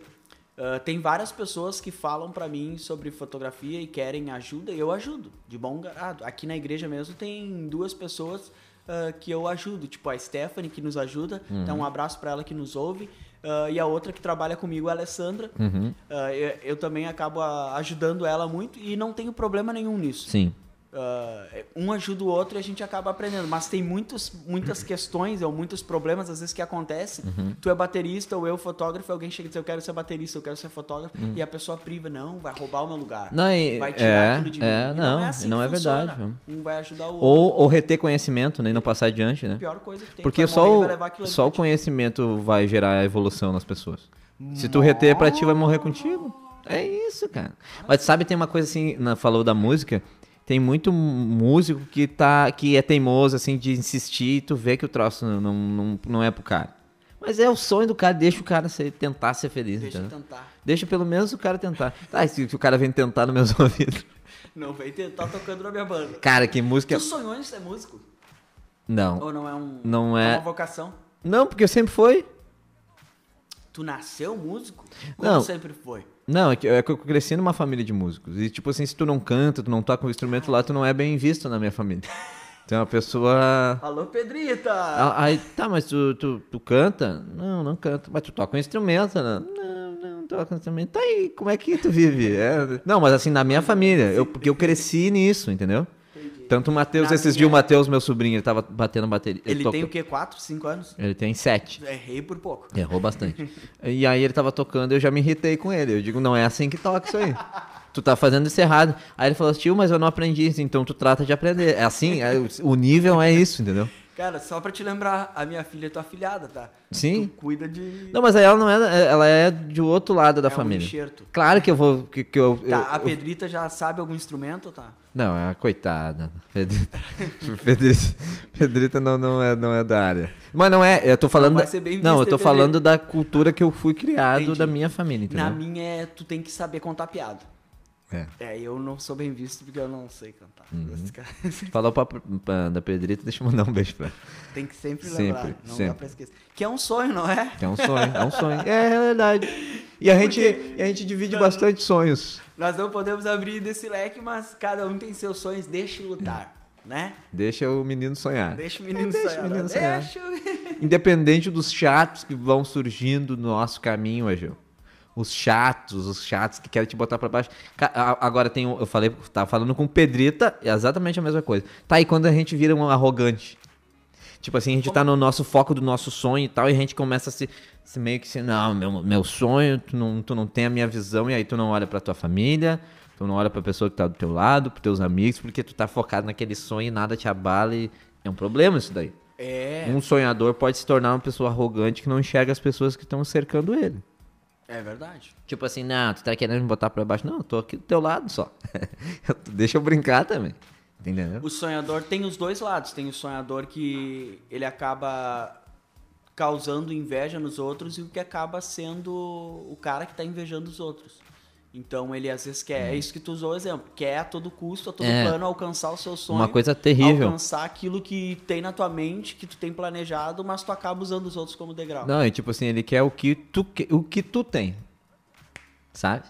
Ah, tem várias pessoas que falam pra mim sobre fotografia e querem ajuda, e eu ajudo, de bom grado. Aqui na igreja mesmo tem duas pessoas ah, que eu ajudo, tipo a Stephanie, que nos ajuda, então um abraço pra ela que nos ouve, ah, e a outra que trabalha comigo, a Alessandra. Ah, eu, eu também acabo ah, ajudando ela muito e não tenho problema nenhum nisso. Sim. Ah, um ajuda o outro e a gente acaba aprendendo. Mas tem muitos, Uhum. muitas questões ou muitos problemas, às vezes, que acontecem. Tu é baterista ou eu fotógrafo, alguém chega e diz, eu quero ser baterista, eu quero ser fotógrafo. E a pessoa priva, não, vai roubar o meu lugar. Uhum. Não, e- vai é, tirar tudo de mim. é, E não, assim não que é funciona. verdade. Um vai ajudar o outro. Ou, ou reter conhecimento, né? e Não passar adiante, A né? pior coisa que tem. Porque tu vai morrer e só vai levar aquilo o, ali só o pra ti. conhecimento vai gerar a evolução nas pessoas. Se tu reter pra ti, vai morrer contigo. É isso, cara. Mas sabe, tem uma coisa assim, na- falou da música, tem muito músico que, tá, que é teimoso, assim, de insistir e tu vê que o troço não, não, não é pro cara. Mas é o sonho do cara, deixa o cara ser- tentar ser feliz, Deixa então eu entendeu? tentar. Deixa pelo menos o cara tentar. Tá, e se, se o cara vem tentar nos meus ouvidos. Não, vai tentar tocando na minha banda. Cara, que música. é Tu sonhou em ser músico? Não. Ou não é um Não é- uma vocação? Não, porque eu sempre foi. Tu nasceu músico? Como Não. sempre foi? Não, é que, é que eu cresci numa família de músicos. E, tipo assim, se tu não canta, tu não toca um instrumento lá, tu não é bem visto na minha família. Então a pessoa. Alô, Pedrita! a- Aí, tá, mas tu, tu, tu canta? Não, não canto. Mas tu toca um instrumento? Não, não, não toca um instrumento. Tá aí, como é que tu vive? É, Não, mas assim, na minha família, eu, porque eu cresci nisso, entendeu? Tanto o Matheus, Na esses minha- dias o Matheus, meu sobrinho, ele tava batendo bateria. Ele tocou- tem o quê? 4, 5 anos? Ele tem sete. Errei por pouco. Errou bastante. e aí ele tava tocando, eu já me irritei com ele. Eu digo, não é assim que toca isso aí. Tu tá fazendo isso errado. Aí ele falou, tio, mas eu não aprendi isso, então tu trata de aprender. É assim, é- o nível é isso, entendeu? Cara, só pra te lembrar, a minha filha é tua filhada, tá? Sim. Tu cuida de. Não, mas aí ela não é. Ela é de outro lado da é um família. enxerto. Claro que eu vou. Que, que eu, eu- Tá, a eu- Pedrita já sabe algum instrumento, tá? Não, é uma coitada. Pedrita, Pedrita, Pedrita não, não, é, não é da área. Mas não é. Eu tô falando. vai da- ser bem não, eu vista, tô Pedrita. falando da cultura que eu fui criado Entendi. da minha família, entendeu? Na minha, é, tu tem que saber contar piada. É. É, eu não sou bem visto porque eu não sei cantar. Uhum. Esse cara- Falou pra, pra- da Pedrita, deixa eu mandar um beijo pra ela. tem que sempre Sempre, lembrar, não dá sempre. pra esquecer. Que é um sonho, não é? Que é um sonho, é um sonho. É, é verdade. E a, gente, e a gente divide bastante sonhos. Nós não podemos abrir desse leque, mas cada um tem seus sonhos, deixa lutar, né? Deixa o menino sonhar. Deixa o menino É. Deixa o sonhar. né? menino sonhar. deixa o menino. Independente dos chatos que vão surgindo no nosso caminho, Agil. Os chatos, os chatos que querem te botar pra baixo. Ca- a- Agora tem um, eu falei, tava falando com o Pedrita, é exatamente a mesma coisa. Tá aí quando a gente vira um arrogante. Tipo assim, a gente tá no nosso foco do nosso sonho e tal, e a gente começa a se, se meio que se, não, meu, meu sonho, tu não, tu não tem a minha visão, e aí tu não olha pra tua família, tu não olha pra pessoa que tá do teu lado, pros teus amigos, porque tu tá focado naquele sonho e nada te abala, e é um problema isso daí. É, Um sonhador pode se tornar uma pessoa arrogante que não enxerga as pessoas que estão cercando ele. é verdade. Tipo assim, não, tu tá querendo me botar pra baixo. Não, eu tô aqui do teu lado só. Deixa eu brincar também. Entendeu? O sonhador tem os dois lados. Tem o sonhador que ele acaba causando inveja nos outros e o que acaba sendo o cara que tá invejando os outros. Então ele às vezes quer, é isso que tu usou o exemplo, quer a todo custo, a todo Hum. É. plano alcançar o seu sonho. Uma coisa terrível. Alcançar aquilo que tem na tua mente, que tu tem planejado, mas tu acaba usando os outros como degrau. Não, e tipo assim, ele quer o que tu, que- o que tu tem. Sabe?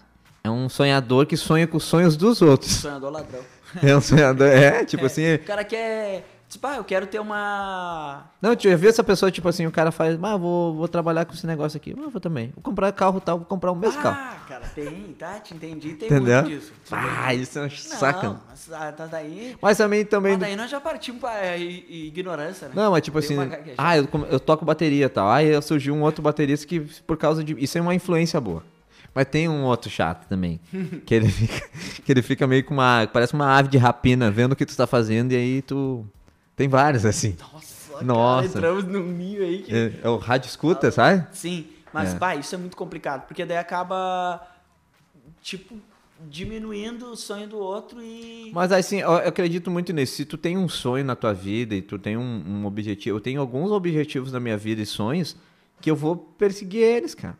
É um sonhador que sonha com os sonhos dos outros. Sonhador ladrão. É um sonhador. É, tipo assim. O cara quer, tipo, ah, eu quero ter uma Não, tio, eu vi essa pessoa, tipo assim, o cara faz, ah, vou, vou trabalhar com esse negócio aqui. Ah, vou também. Vou comprar carro tal, vou comprar o mesmo carro. Ah, cara, tem, tá? Te entendi, tem Entendeu? muito disso. Ah, isso é um Não, saca. mas ah, tá daí. Mas também, também Mas daí nós já partimos pra i- i- ignorância, né? Não, mas tipo Tem assim, uma gaguejada. ah, eu, come- eu toco bateria e tal. Aí surgiu um outro baterista que, por causa de. Isso é uma influência boa. Mas tem um outro chato também. que, ele fica, que ele fica meio com uma. Parece uma ave de rapina, vendo o que tu tá fazendo, e aí tu. Tem vários, assim. Nossa, Nossa. Cara, entramos num ninho aí que. É, é o rádio escuta, sabe? Sim, mas É. vai, isso é muito complicado, porque daí acaba, tipo, diminuindo o sonho do outro e. Mas assim, eu eu acredito muito nisso. Se tu tem um sonho na tua vida e tu tem um, um objetivo, eu tenho alguns objetivos na minha vida e sonhos que eu vou perseguir eles, cara.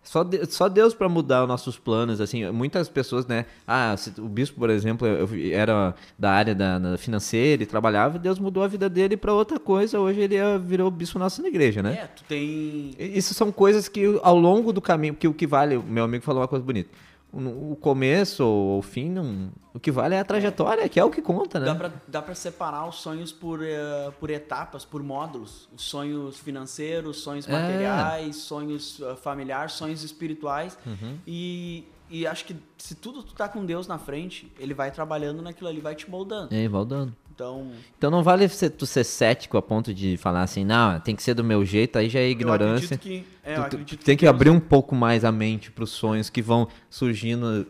Só, de- só Deus pra mudar os nossos planos, assim, muitas pessoas, né? Ah, se- o bispo, por exemplo, eu vi- era da área da, da financeira e trabalhava, e Deus mudou a vida dele pra outra coisa, hoje ele é- virou bispo nossa na igreja, né? É, tu tem. Isso são coisas que ao longo do caminho, porque o que vale, o meu amigo falou uma coisa bonita. O o começo ou o fim, não, o que vale é a trajetória, que é o que conta, né? Dá pra, dá pra separar os sonhos por, eh, por etapas, por módulos. Os sonhos financeiros, sonhos É. materiais, sonhos eh, familiares, sonhos espirituais. Uhum. E, e acho que se tudo tu tá com Deus na frente, ele vai trabalhando naquilo ali, vai te moldando. É, Valdano. Então, Então não vale você, tu ser cético a ponto de falar assim, não, tem que ser do meu jeito, aí já é ignorância. eu acredito que. é, eu Tu- tu acredito tem que Deus- abrir um pouco mais a mente para os sonhos que vão surgindo,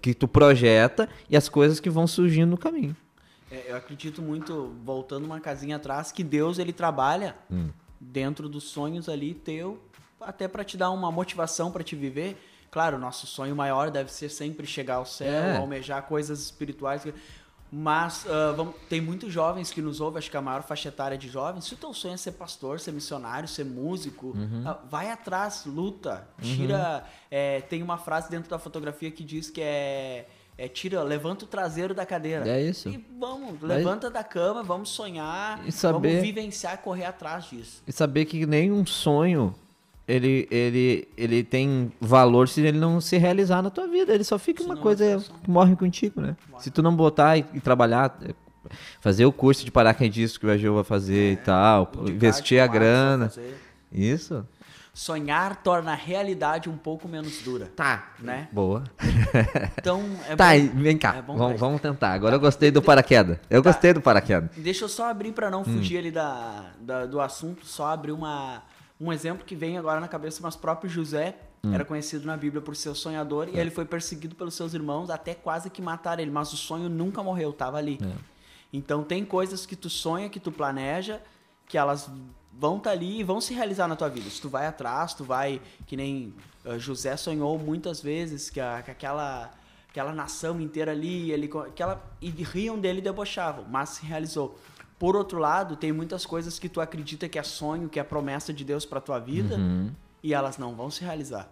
que tu projeta e as coisas que vão surgindo no caminho. é, eu acredito muito, voltando uma casinha atrás, que Deus ele trabalha Hum. dentro dos sonhos ali teu, até pra te dar uma motivação pra te viver. Claro, o nosso sonho maior deve ser sempre chegar ao céu, É. almejar coisas espirituais. Mas ah, vamos- tem muitos jovens que nos ouvem, acho que a maior faixa etária de jovens. Se o teu sonho é ser pastor, ser missionário, ser músico, Uhum. ah, vai atrás, luta, tira. é, tem uma frase dentro da fotografia que diz que é, é tira, levanta o traseiro da cadeira. É isso. E vamos, Mas- levanta da cama, vamos sonhar, E saber- vamos vivenciar e correr atrás disso. E saber que nenhum sonho ele, ele, ele tem valor se ele não se realizar na tua vida. Ele só fica Se uma não é coisa só sonho. que morre contigo, né? Morre. Se tu não botar e, e trabalhar, eh, fazer o curso de paraquedista que o Agil vai fazer e tal, O É. de investir a Cádiz, o Marcos vai grana. fazer. Isso? Sonhar torna a realidade um pouco menos dura, Tá. né? Boa. Então, é tá, e bom. vem cá. É bom vamos, pra- vamos tentar. Agora eu gostei do paraquedas. Eu Tá. gostei do paraquedas. Deixa eu só abrir pra não fugir ali da, da- do assunto, só abrir uma, um exemplo que vem agora na cabeça, mas próprio José era conhecido na Bíblia por ser sonhador e ele foi perseguido pelos seus irmãos até quase que mataram ele, mas o sonho nunca morreu, tava ali. Então tem coisas que tu sonha, que tu planeja que elas vão estar ali e vão se realizar na tua vida. Se tu vai atrás, tu vai, que nem eh, José sonhou muitas vezes que, a- que aquela aquela nação inteira ali, ele co- aquela e riam dele e debochavam, mas se realizou. Por outro lado, tem muitas coisas que tu acredita que é sonho, que é promessa de Deus para tua vida, Uhum. e elas não vão se realizar.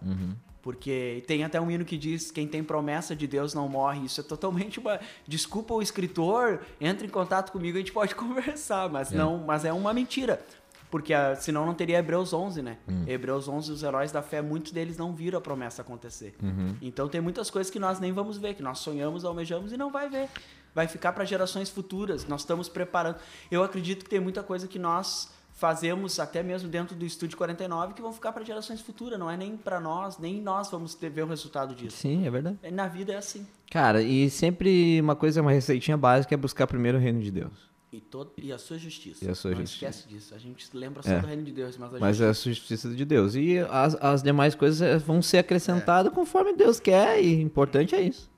Porque tem até um hino que diz: quem tem promessa de Deus não morre. Isso é totalmente uma. Desculpa o escritor, entre em contato comigo, a gente pode conversar, mas não, mas é uma mentira. Porque ah, senão não teria Hebreus 11, né? Hebreus 11, os heróis da fé, muitos deles não viram a promessa acontecer. Então tem muitas coisas que nós nem vamos ver, que nós sonhamos, almejamos e não vai ver. Vai ficar para gerações futuras. Nós estamos preparando. Eu acredito que tem muita coisa que nós fazemos até mesmo dentro do estúdio 49 que vão ficar para gerações futuras, não é nem para nós, nem nós vamos ter, ver o resultado disso. Sim, é verdade. É, Na vida é assim. Cara, e sempre uma coisa, uma receitinha básica é buscar primeiro o reino de Deus. E, todo, e a sua justiça. E a sua não justiça. esquece disso. A gente lembra só É. do reino de Deus, mas a Mas gente é a justiça de Deus. E as, as demais coisas eh, vão ser acrescentadas conforme Deus quer, e importante é isso.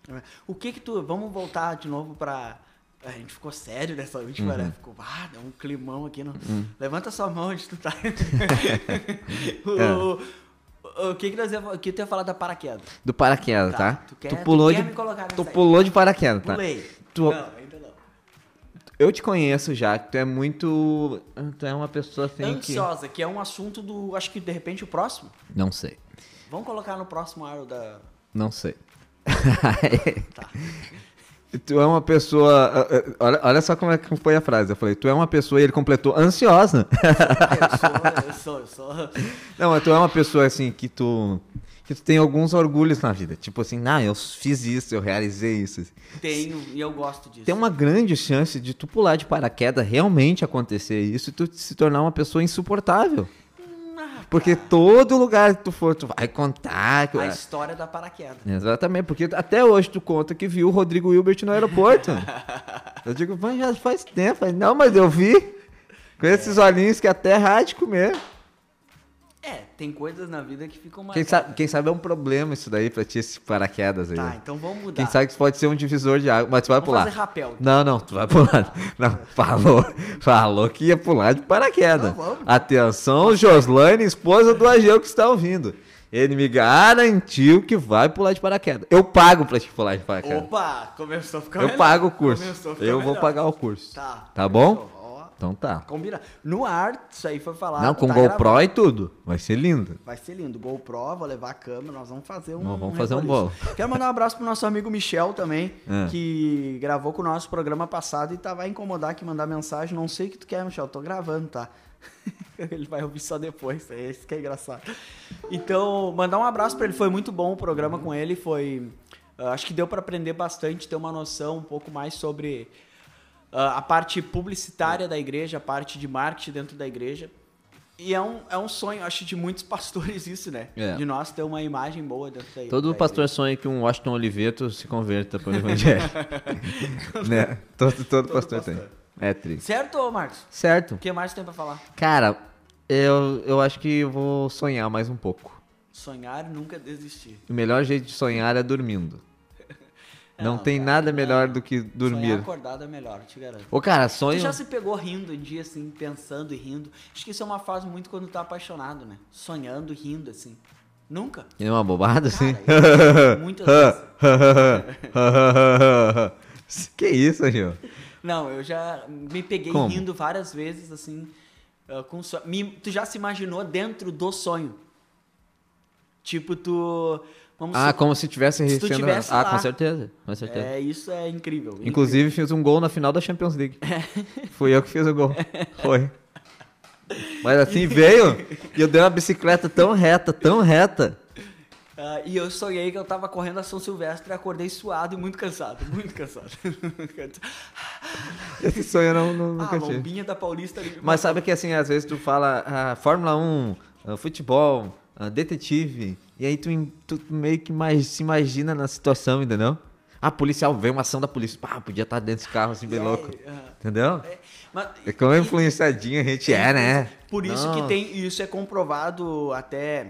O que que tu. Vamos voltar de novo pra. A gente ficou sério nessa última, Uhum. né? Ficou, ah, deu um climão aqui. Não... Levanta sua mão onde tu tá. É. o, o que que nós ia, o que tu ia falar da paraquedas? Do paraquedas, Tá, tá? tu quer- pulou tu quer de. me colocar nessa tu aí. pulou de paraquedas, tá? Pulei. Tu- Não, ainda não. Eu te conheço já, que tu é muito. Tu é uma pessoa assim que. Ansiosa, que é um assunto do. Acho que de repente o próximo. Não sei. Vamos colocar no próximo aro da. Não sei. Tá. tu é uma pessoa. ah, ah, Olha, olha só como é que foi a frase. Eu falei, tu é uma pessoa, e ele completou, ansiosa. Eu sou, eu sou, eu sou. Não, mas tu é uma pessoa assim que tu. Que tu tem alguns orgulhos na vida. Tipo assim, ah, eu fiz isso, eu realizei isso. Tenho e eu gosto disso. Tem uma grande chance de tu pular de paraquedas, realmente acontecer isso e tu se tornar uma pessoa insuportável. Ah, Porque todo lugar que tu for, tu vai contar. que- É, A história da paraquedas. Exatamente, porque até hoje tu conta que viu o Rodrigo Hilbert no aeroporto. eu digo, mas já faz tempo. Mas, não, mas eu vi. Com esses olhinhos que até rádio comer. É, tem coisas na vida que ficam mais. Quem sabe, quem sabe é um problema isso daí pra ti, esses paraquedas aí. né? Tá, então vamos mudar. quem sabe que isso pode ser um divisor de água, mas tu vai Vamos pular. fazer rapel. Não, não, tu vai pular. Não, falou, falou que ia pular de paraquedas. Não, vamos. Atenção, Joslane, esposa do Ageu que está ouvindo. Ele me garantiu que vai pular de paraquedas. Eu pago pra te pular de paraquedas. Opa, começou a ficar Eu melhor. pago o curso. Começou a ficar Eu vou melhor. pagar o curso. Tá. bom? Começou, ó. Então tá. Combina. No ar, isso aí foi falado. Não, com tá GoPro gravado. e tudo. Vai ser lindo. Vai ser lindo. GoPro, vou levar a câmera, nós vamos fazer um. Nós vamos fazer um reboliço. Quero mandar um abraço pro nosso amigo Michel também, É. que gravou com o nosso programa passado e tá, vai incomodar que mandar mensagem. Não sei o que tu quer, Michel, tô gravando, tá? ele vai ouvir só depois, é isso que é engraçado. Então, mandar um abraço pra ele, foi muito bom o programa com ele, foi. ah, Acho que deu pra aprender bastante, ter uma noção um pouco mais sobre ah, a parte publicitária da igreja, a parte de marketing dentro da igreja. E é um, é um sonho, acho, de muitos pastores isso, né? É. De nós ter uma imagem boa dentro da Todo da pastor sonha que um Washington Oliveto se converta para o evangelho. né? Todo, todo pastor, pastor. tem. É triste. igreja. Certo, ô Marcos? Certo. O que mais tem pra falar? Cara, eu, eu acho que eu vou sonhar mais um pouco. Sonhar e nunca desistir. O melhor jeito de sonhar é dormindo. Não, Não, tem cara, nada melhor do que dormir. Sonhar acordado é melhor, eu te garanto. Ô, cara, Tu sonho. já se pegou rindo em dia, assim, pensando e rindo? Acho que isso é uma fase muito quando tá apaixonado, né? Sonhando, rindo, assim. Nunca? É uma bobada, assim? Cara, eu- muitas vezes. que isso, Angel? Não, eu já me peguei Como? rindo várias vezes, assim, ah, com sonho. Me- tu já se imaginou dentro do sonho? Tipo, tu. Vamos Ah, supor- como se tivesse Se tu sendo- tivesse Ah, lá. com certeza. Com certeza. É, isso é incrível. Inclusive, fiz um gol na final da Champions League. É. Fui eu que fiz o gol. Foi. Mas assim veio e eu dei uma bicicleta tão reta, tão reta. Ah, e eu sonhei que eu tava correndo a São Silvestre e acordei suado e muito cansado. Muito cansado. Esse sonho eu não, não, ah, a nunca tive. lombinha da Paulista ali. Mas sabe que assim, às vezes tu fala ah, Fórmula 1, ah, futebol, ah, detetive, e aí tu, im- tu meio que imag- se imagina na situação, entendeu? Ah, policial, veio uma ação da polícia, pá, podia estar dentro desse carro assim, bem É, louco. ah, Entendeu? é, mas- É como influenciadinho a gente é, né? Por isso Não. que tem, e isso é comprovado até.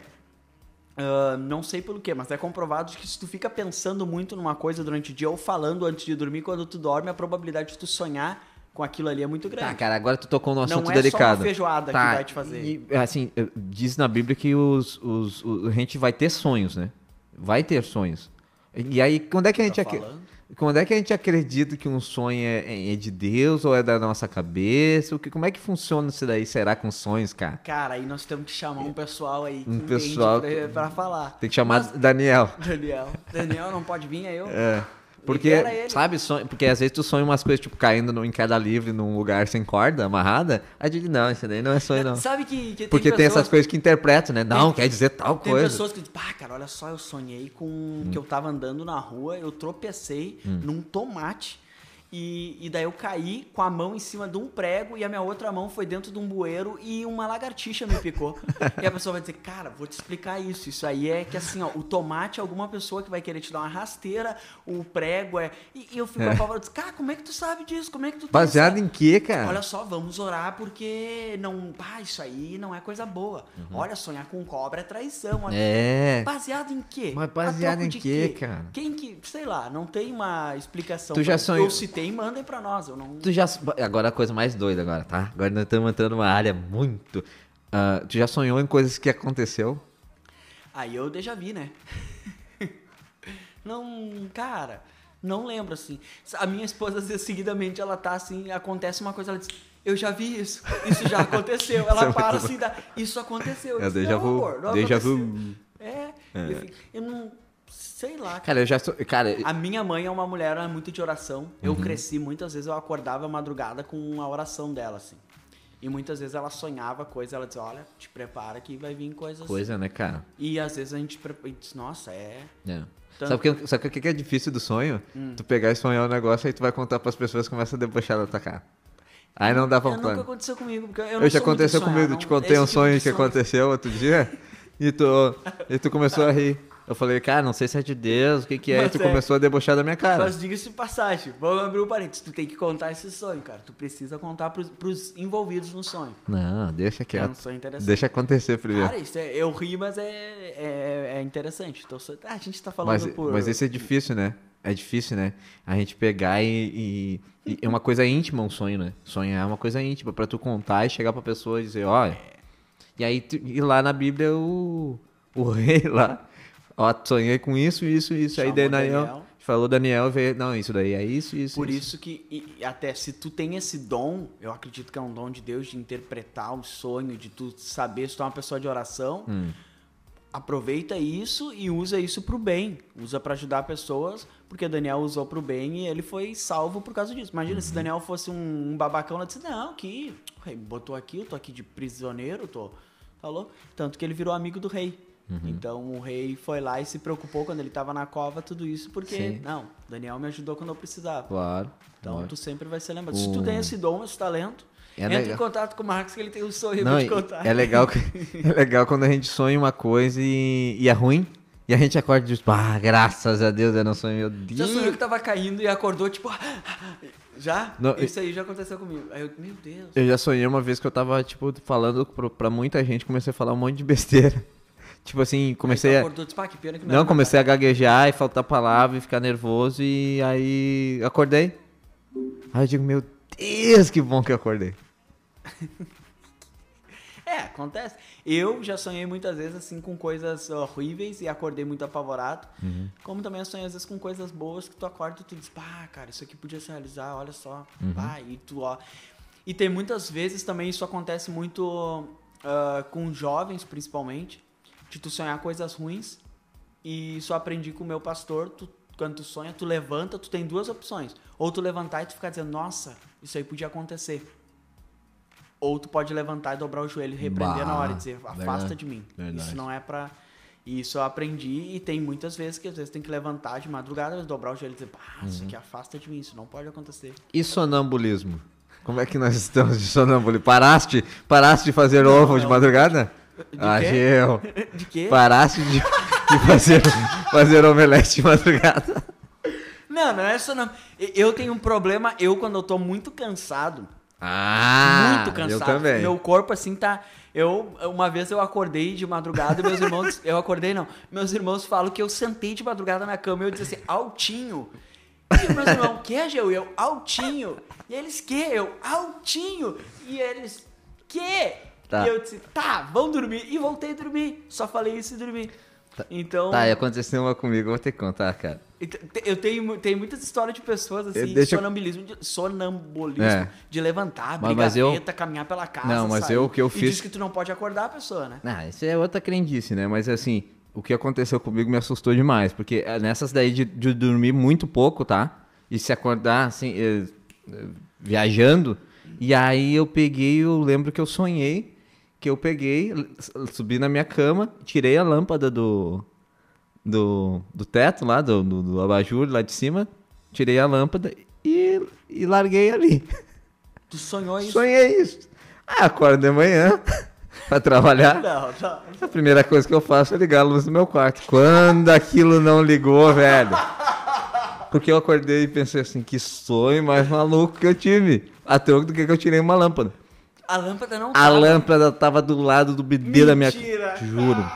ah, não sei pelo que, mas é comprovado que se tu fica pensando muito numa coisa durante o dia ou falando antes de dormir, quando tu dorme, a probabilidade de tu sonhar com aquilo ali é muito grande. Tá, cara, agora tu tocou num assunto não é só delicado. uma feijoada Tá, que vai te fazer. e, assim, diz na Bíblia que os, os, o- a gente vai ter sonhos, né? Vai ter sonhos. E aí, quando é que a gente, Tá acre- falando? quando é que a gente acredita que um sonho é, é de Deus ou é da nossa cabeça? O que, como é que funciona isso daí? Será com sonhos, cara? Cara, aí nós temos que chamar um pessoal aí que Um entende pessoal pra, que- pra falar. Tem que chamar Daniel. Daniel. Daniel não pode vir, é eu. Porque, Libera ele. sabe, sonho, porque às vezes tu sonha umas coisas, tipo, caindo no, em queda livre num lugar sem corda, amarrada. Aí eu digo, não, isso daí não é sonho, não. Sabe que, que Porque tem pessoas- essas coisas que interpretam, né? Não, quer dizer tal Tem coisa. pessoas que dizem, pá, cara, olha só, eu sonhei com que eu tava andando na rua, eu tropecei Hum. num tomate. E, e daí eu caí com a mão em cima de um prego e a minha outra mão foi dentro de um bueiro e uma lagartixa me picou. e a pessoa vai dizer, cara, vou te explicar isso. Isso aí é que assim, ó, o tomate é alguma pessoa que vai querer te dar uma rasteira, o prego é. E, e eu fico É. apavorado, disse, cara, como é que tu sabe disso? Como é que tu tem Baseado essa- em quê, cara? Olha só, vamos orar porque não. Pá, isso aí não é coisa boa. Uhum. Olha, sonhar com cobra é traição. Olha. É. Baseado em quê? Mas A baseado troco em de quê, cara? Quem que. Sei lá, não tem uma explicação. Tu já pra- sonhou- Eu citei, mandem pra nós. Eu não. Tu já. Agora a coisa mais doida agora, tá? Agora nós estamos entrando numa área muito. Ah, tu já sonhou em coisas que aconteceu? Aí eu déjà vi, né? não. Cara, não lembro assim. A minha esposa, às vezes, seguidamente, ela tá assim, acontece uma coisa, ela diz. Eu já vi isso, isso já aconteceu. Isso é Ela muito para bom. assim, dá, isso aconteceu. É, Eu disse, déjà não, vu, amor, não déjà vu. aconteceu. É, Eu, fico- eu não. Sei lá, Cara, eu já. so- Cara, A minha mãe é uma mulher ela é muito de oração. Eu Uhum. cresci muitas vezes, eu acordava à madrugada com a oração dela, assim. E muitas vezes ela sonhava coisa, ela dizia, olha, te prepara que vai vir coisas. coisa, né, cara? E às vezes a gente pre- e diz, nossa, é. É. Tanto- Hum. Sabe o que- sabe o que que é difícil do sonho? Tu pegar e sonhar um negócio, aí tu vai contar pras pessoas e começa a debochar da tua cara. Aí não dá pra um É, nunca plano. aconteceu comigo, porque eu não Tá Eu já sou muito de aconteceu sonhar, comigo, não- te contei esse um tipo sonho de que aconteceu outro dia e tu, e tu começou a rir. Eu falei, cara, não sei se é de Deus, o que que é? e Mas tu é. começou a debochar da minha cara. Mas diga-se de passagem, vamos abrir o parênteses. Tu tem que contar esse sonho, cara. Tu precisa contar pros, pros envolvidos no sonho. Não, deixa um quieto. sonho interessante. Deixa acontecer primeiro. Cara, isso é, eu ri, mas é, é, é interessante. Então, só- ah, a gente tá falando mas, por. mas isso é difícil, né? É difícil, né? A gente pegar e, e- e É uma coisa íntima um sonho, né? Sonhar é uma coisa íntima pra tu contar e chegar pra pessoa e dizer, olha. E aí, tu- e lá na Bíblia, o, o rei lá. Ó, sonhei com isso, isso, isso. aí Chamou daí Daniel, Daniel. falou Daniel, veio, não, isso daí é isso, isso. Por isso que, e- e até se tu tem esse dom, eu acredito que é um dom de Deus de interpretar um sonho, de tu saber se tu é uma pessoa de oração, Hum. aproveita isso e usa isso pro bem. Usa pra ajudar pessoas, porque Daniel usou pro bem e ele foi salvo por causa disso. Imagina se Daniel fosse um, um babacão, ele disse, não, que o rei me botou aqui, eu tô aqui de prisioneiro, tô... Tá louco? Tanto que ele virou amigo do rei. Então o rei foi lá e se preocupou quando ele tava na cova, tudo isso, porque, Sim. não, Daniel me ajudou quando eu precisava. Claro. Então claro. tu sempre vai ser lembrado. é? O- Se tu tem esse dom, esse talento, É entra em legal. contato com o Marcos que ele tem o sorriso Não, de e- contar. é legal, que- é legal quando a gente sonha uma coisa e, e é ruim. E a gente acorda e diz, ah, graças a Deus eu não sonhei. Meu Já Deus. sonhou que tava caindo e acordou, tipo. Já? Não, e- Isso aí já aconteceu comigo. Aí eu, meu Deus. Eu já sonhei uma vez que eu tava, tipo, falando pro- pra muita gente, comecei a falar um monte de besteira. tipo assim, comecei Aí tu a. acordou, tipo, ah, que pena que Não, era comecei a gaguejar e faltar palavra e ficar nervoso. E aí acordei. Aí eu digo, meu Deus, que bom que eu acordei. pra cá. É, acontece. Eu já sonhei muitas vezes assim com coisas horríveis e acordei muito apavorado. Como também eu sonhei às vezes com coisas boas que tu acorda e tu diz, pá, cara, isso aqui podia se realizar, olha só. Pá, e tu, ó. E tem muitas vezes também isso acontece muito ah, com jovens, principalmente, de tu sonhar coisas ruins. E isso eu aprendi com o meu pastor. Tu, quando tu sonha, tu levanta, tu tem duas opções. Ou tu levantar e tu ficar dizendo, nossa, isso aí podia acontecer. Ou tu pode levantar e dobrar o joelho, e repreender na Bah, hora e dizer, afasta verdade. de mim. Verdade. Isso não é pra. E isso eu aprendi e tem muitas vezes que às vezes tem que levantar de madrugada, dobrar o joelho e dizer, pá, isso aqui afasta de mim, isso não pode acontecer. E sonambulismo? Como é que nós estamos de sonambulismo? Paraste? Paraste de fazer ovo de não. madrugada? De ah, quê? eu. De quê? Paraste de, de fazer, fazer omelete de madrugada? Não, não é isso não. E- Eu tenho um problema, eu quando eu tô muito cansado, Ah! muito cansado. Eu também. Meu corpo assim tá. Eu uma vez eu acordei de madrugada e meus irmãos, eu acordei não. Meus irmãos falam que eu sentei de madrugada na cama e eu disse assim, altinho. E meus irmãos, que é, Geu? E Eu, altinho. E eles que? Eu, altinho! E eles que? Tá. E eu disse, tá, vão dormir. E voltei a dormir. Só falei isso e dormi. Então, Tá, e aconteceu uma comigo, eu vou ter que contar, cara. então, te- eu tenho, mu- tem muitas histórias de pessoas assim, Eu- de deixa eu- sonambulismo, de, sonambulismo, É. de levantar, Mas- brigar mas eu- treta, caminhar pela casa. Não, mas eu- o que eu e fiz- diz que tu não pode acordar a pessoa, né? Ah, isso é outra crendice, né? Mas assim, o que aconteceu comigo me assustou demais. Porque eh, nessas daí de, de dormir muito pouco, tá? E se acordar, assim, eh, eh, viajando. E aí eu peguei, eu lembro que eu sonhei, que eu peguei, l- s- subi na minha cama, tirei a lâmpada do, do, do teto lá, do, do, do abajur lá de cima, tirei a lâmpada e, e larguei ali. Tu sonhou isso? Sonhei isso. Ah, acordo de manhã pra trabalhar. Não, não. A primeira coisa que eu faço é ligar a luz do meu quarto. Quando aquilo não ligou, velho. Porque eu acordei e pensei assim, que sonho mais maluco que eu tive. A troco do que que eu tirei uma lâmpada. A lâmpada não A tava. lâmpada tava do lado do bidê da minha... Mentira. Juro.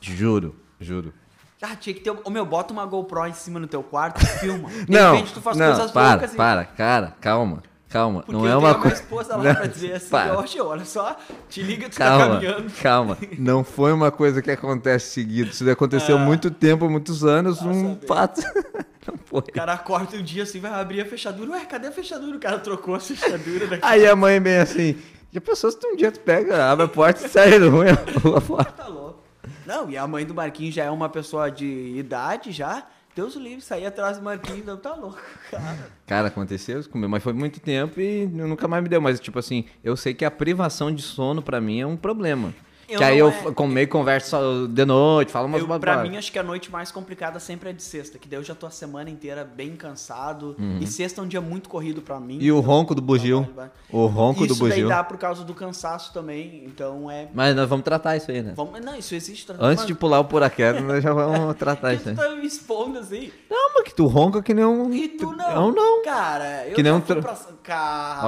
Juro. Juro. Ah, tinha que ter. Ô meu, bota uma GoPro em cima no teu quarto e filma. De não, repente tu faz não, coisas para, loucas e- para, cara, calma, calma. Porque não é eu uma tenho a minha coisa... esposa lá pra Não, dizer assim, para. Jorge, olha só, te liga, tu tá Calma, caminhando. calma. Não foi uma coisa que acontece seguido. Isso aconteceu há Ah. muito tempo, muitos anos, um sabia. fato. Não foi. O Tá cara acorda um dia assim, vai abrir a fechadura. Ué, cadê a fechadura? O cara trocou a fechadura né? daqui. Aí a mãe bem assim, já pensou se tu um dia tu pega, abre a porta e sai do ruim a porta. Tá louco. Não, e a mãe do Marquinhos já é uma pessoa de idade já. Deus o livre, sair atrás do Marquinhos, não tá louco, cara. Cara, aconteceu isso comigo, mas foi muito tempo e nunca mais me deu. Mas, tipo assim, eu sei que a privação de sono pra mim é um problema. Eu que aí não eu é- f- comer, converso de noite, falo umas Eu, babá- pra mim, é acho que a noite mais complicada sempre é de sexta, que daí eu já tô a semana inteira bem cansado. E sexta é um dia muito corrido pra mim. Uhum. E o ronco do bugio. trabalho, vai. O ronco isso do bugio. daí dá por causa do cansaço também, então é. Mas nós vamos tratar isso aí, né? Vamos... Não, isso existe Antes de pular o puraquedo, nós já vamos tratar Mas isso por que aí. tu tá me expondo assim? Não, mas que tu ronca que nem um... E tu não? Eu não. Cara, eu Que que nem não um fui tro- pra... Cara,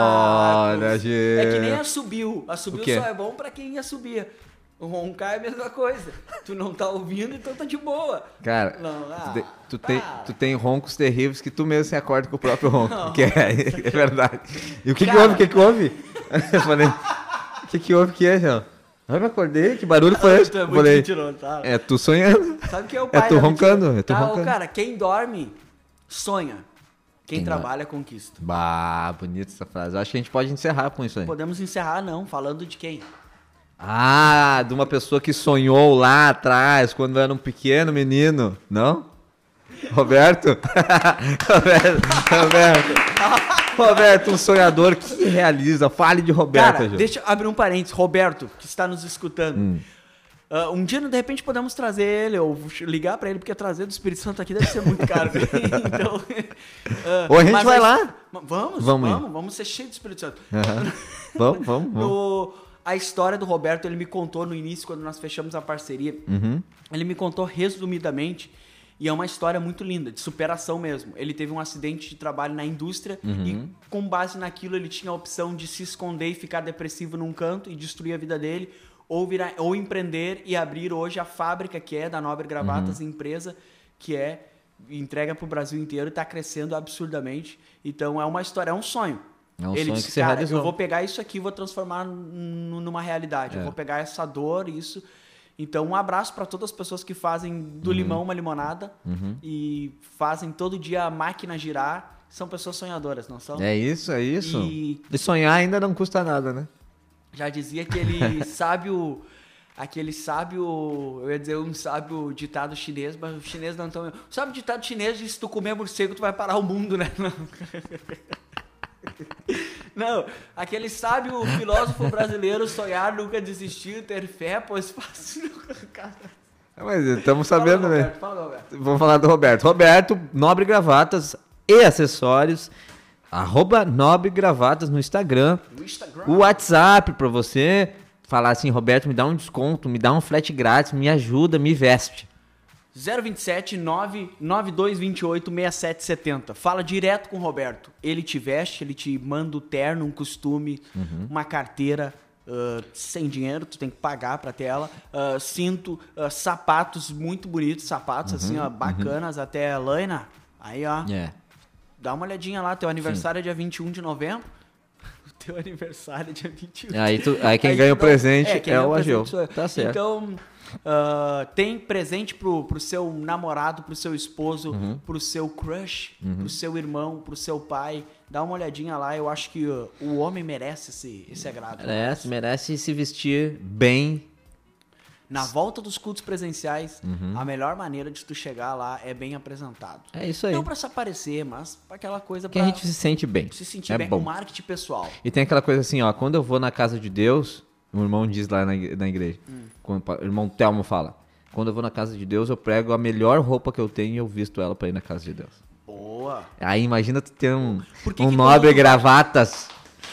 Olha, Marcos. gente. É que nem a subiu. A subiu O quê? só é bom pra quem ia subir. O roncar é a mesma coisa. Tu não tá ouvindo, então tá de boa. Cara, Não, tu, ah, te- tu tem, para. tu tem roncos terríveis que tu mesmo se acorda com o próprio ronco. Que é, é verdade. E o que, que Cara. houve? O que, que houve? Eu falei, o que, que houve que é, João? Eu me acordei, que barulho foi esse? Tu é Eu muito falei, mentiroso, tá? é tu sonhando. Sabe quem é o É pai tu da mentira? roncando, é tu tá, ô, roncando. cara, quem dorme, sonha. Quem, Quem trabalha, conquista. Bah, bonita essa frase. Eu acho que a gente pode encerrar com isso aí. Podemos encerrar, não, falando de quem? Ah, de uma pessoa que sonhou lá atrás, quando era um pequeno menino, não? Roberto? Roberto, Roberto. Roberto, um sonhador que se realiza. Fale de Roberto, Cara, Ju. deixa eu abrir um parênteses. Roberto, que está nos escutando. Hum. Ah, um dia, de repente, podemos trazer ele ou ch- ligar pra ele, porque trazer do Espírito Santo aqui deve ser muito caro. então, ah, Ou a gente mas vai aí- lá. Ma- Vamos, Vamos vamos, ir. vamos, ser cheio do Espírito Santo. Aham. Vamos, vamos, vamos. No- a história do Roberto, ele me contou no início, quando nós fechamos a parceria. Uhum. Ele me contou resumidamente, e é uma história muito linda, de superação mesmo. Ele teve um acidente de trabalho na indústria, Uhum. e com base naquilo, ele tinha a opção de se esconder e ficar depressivo num canto e destruir a vida dele, ou, virar, ou empreender e abrir hoje a fábrica que é da Nobre Gravatas, Uhum. empresa que é entrega para o Brasil inteiro e está crescendo absurdamente. Então é uma história, é um sonho. É um ele sonho disse, que se cara, realizou." eu vou pegar isso aqui e vou transformar n- numa realidade. É. Eu vou pegar essa dor, isso. Então, um abraço para todas as pessoas que fazem do Uhum. limão uma limonada e fazem todo dia a máquina girar. São pessoas sonhadoras, não são? É isso, é isso. E... E- sonhar ainda não custa nada, né? Já dizia aquele sábio. Aquele sábio. Eu ia dizer um sábio ditado chinês, mas o chinês não tão. O sábio ditado chinês diz: se tu comer morcego, tu vai parar o mundo, né? Não. Não, aquele sábio filósofo brasileiro sonhar, nunca desistir, ter fé, pois fácil. É, Mas estamos sabendo, fala, né? Roberto, fala, Roberto. Vamos falar do Roberto. Roberto, Nobre Gravatas e Acessórios. Arroba Nobre Gravatas no Instagram. No Instagram. o WhatsApp pra você falar assim, Roberto, me dá um desconto, me dá um frete grátis, me ajuda, me veste. 027 99228 6770. Fala direto com o Roberto. Ele te veste, ele te manda o terno, um costume, uma carteira ah, sem dinheiro, tu tem que pagar pra ter ela. ah, cinto, ah, sapatos muito bonitos, sapatos assim, ó, bacanas, até Laina. Aí, ó. É. dá uma olhadinha lá, teu aniversário é dia 21 de novembro. O teu aniversário é dia 21. Aí, tu- aí quem ganha o não, presente é, então, quem ganha o Ageu. presente sou eu. Tá certo. Então, ah, tem presente pro, pro seu namorado, pro seu esposo, Uhum. pro seu crush, pro seu irmão, pro seu pai. Dá uma olhadinha lá, eu acho que ah, o homem merece esse, esse agrado. merece, merece se vestir bem. Na volta dos cultos presenciais, Uhum. a melhor maneira de tu chegar lá é bem apresentado. É isso aí. Não Então, pra se aparecer, mas pra aquela coisa que pra a gente se sente bem. se sentir é bem bom. com o marketing pessoal. E tem aquela coisa assim, ó, quando eu vou na casa de Deus, o irmão diz lá na, igre- na igreja, Hum. quando, o irmão Telmo fala, quando eu vou na casa de Deus, eu prego a melhor roupa que eu tenho e eu visto ela pra ir na casa de Deus. Boa! Aí imagina tu ter um, Por que um que nobre quando- gravatas.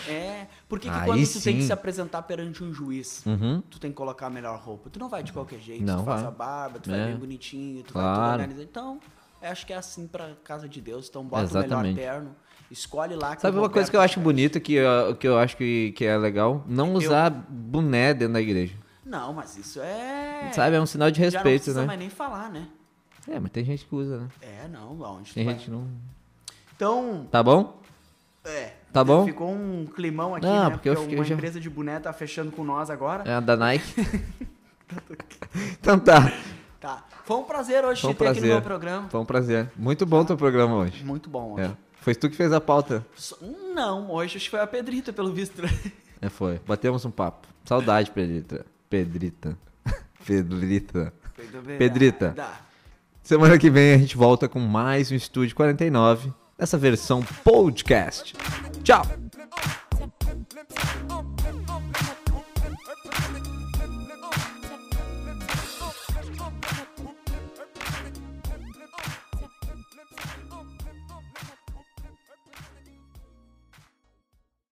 É, por que que Aí quando tu tem sim. que se apresentar perante um juiz, Uhum. tu tem que colocar a melhor roupa? Tu não vai de qualquer jeito, Não tu faz vai. a barba, tu É. vai bem bonitinho, tu vai Claro. tudo organizado. Então, eu acho que é assim pra casa de Deus. Então, bota o Exatamente. melhor terno, escolhe lá. que Sabe o uma coisa que eu Roberto acho vai. bonita, que, eu- que eu acho que, que é legal? Não usar boné dentro da igreja. Não, mas isso é... Sabe? É um sinal de Já não respeito, precisa né? mais nem falar, né? É, mas tem gente que usa, né? É, não, aonde Tem tu vai? gente que não. Então, Tá bom? é. Tá bom? Ficou um climão aqui, Não, né? porque Porque, eu fiquei- uma já- empresa de boné tá fechando com nós agora. É a da Nike. então tá. Tá. Foi um prazer hoje Foi um te ter aqui no prazer. meu programa. Foi um prazer. Muito bom teu programa hoje. Muito bom hoje. É. Foi tu que fez a pauta? So- Não, hoje acho que foi a Pedrita, pelo visto. né? É, foi. Batemos um papo. Saudade, Pedrita. Pedrita. Pedrita. Pedrita. Dá. Semana que vem a gente volta com mais um Estúdio 49, nessa versão podcast. Tchau! Tchau.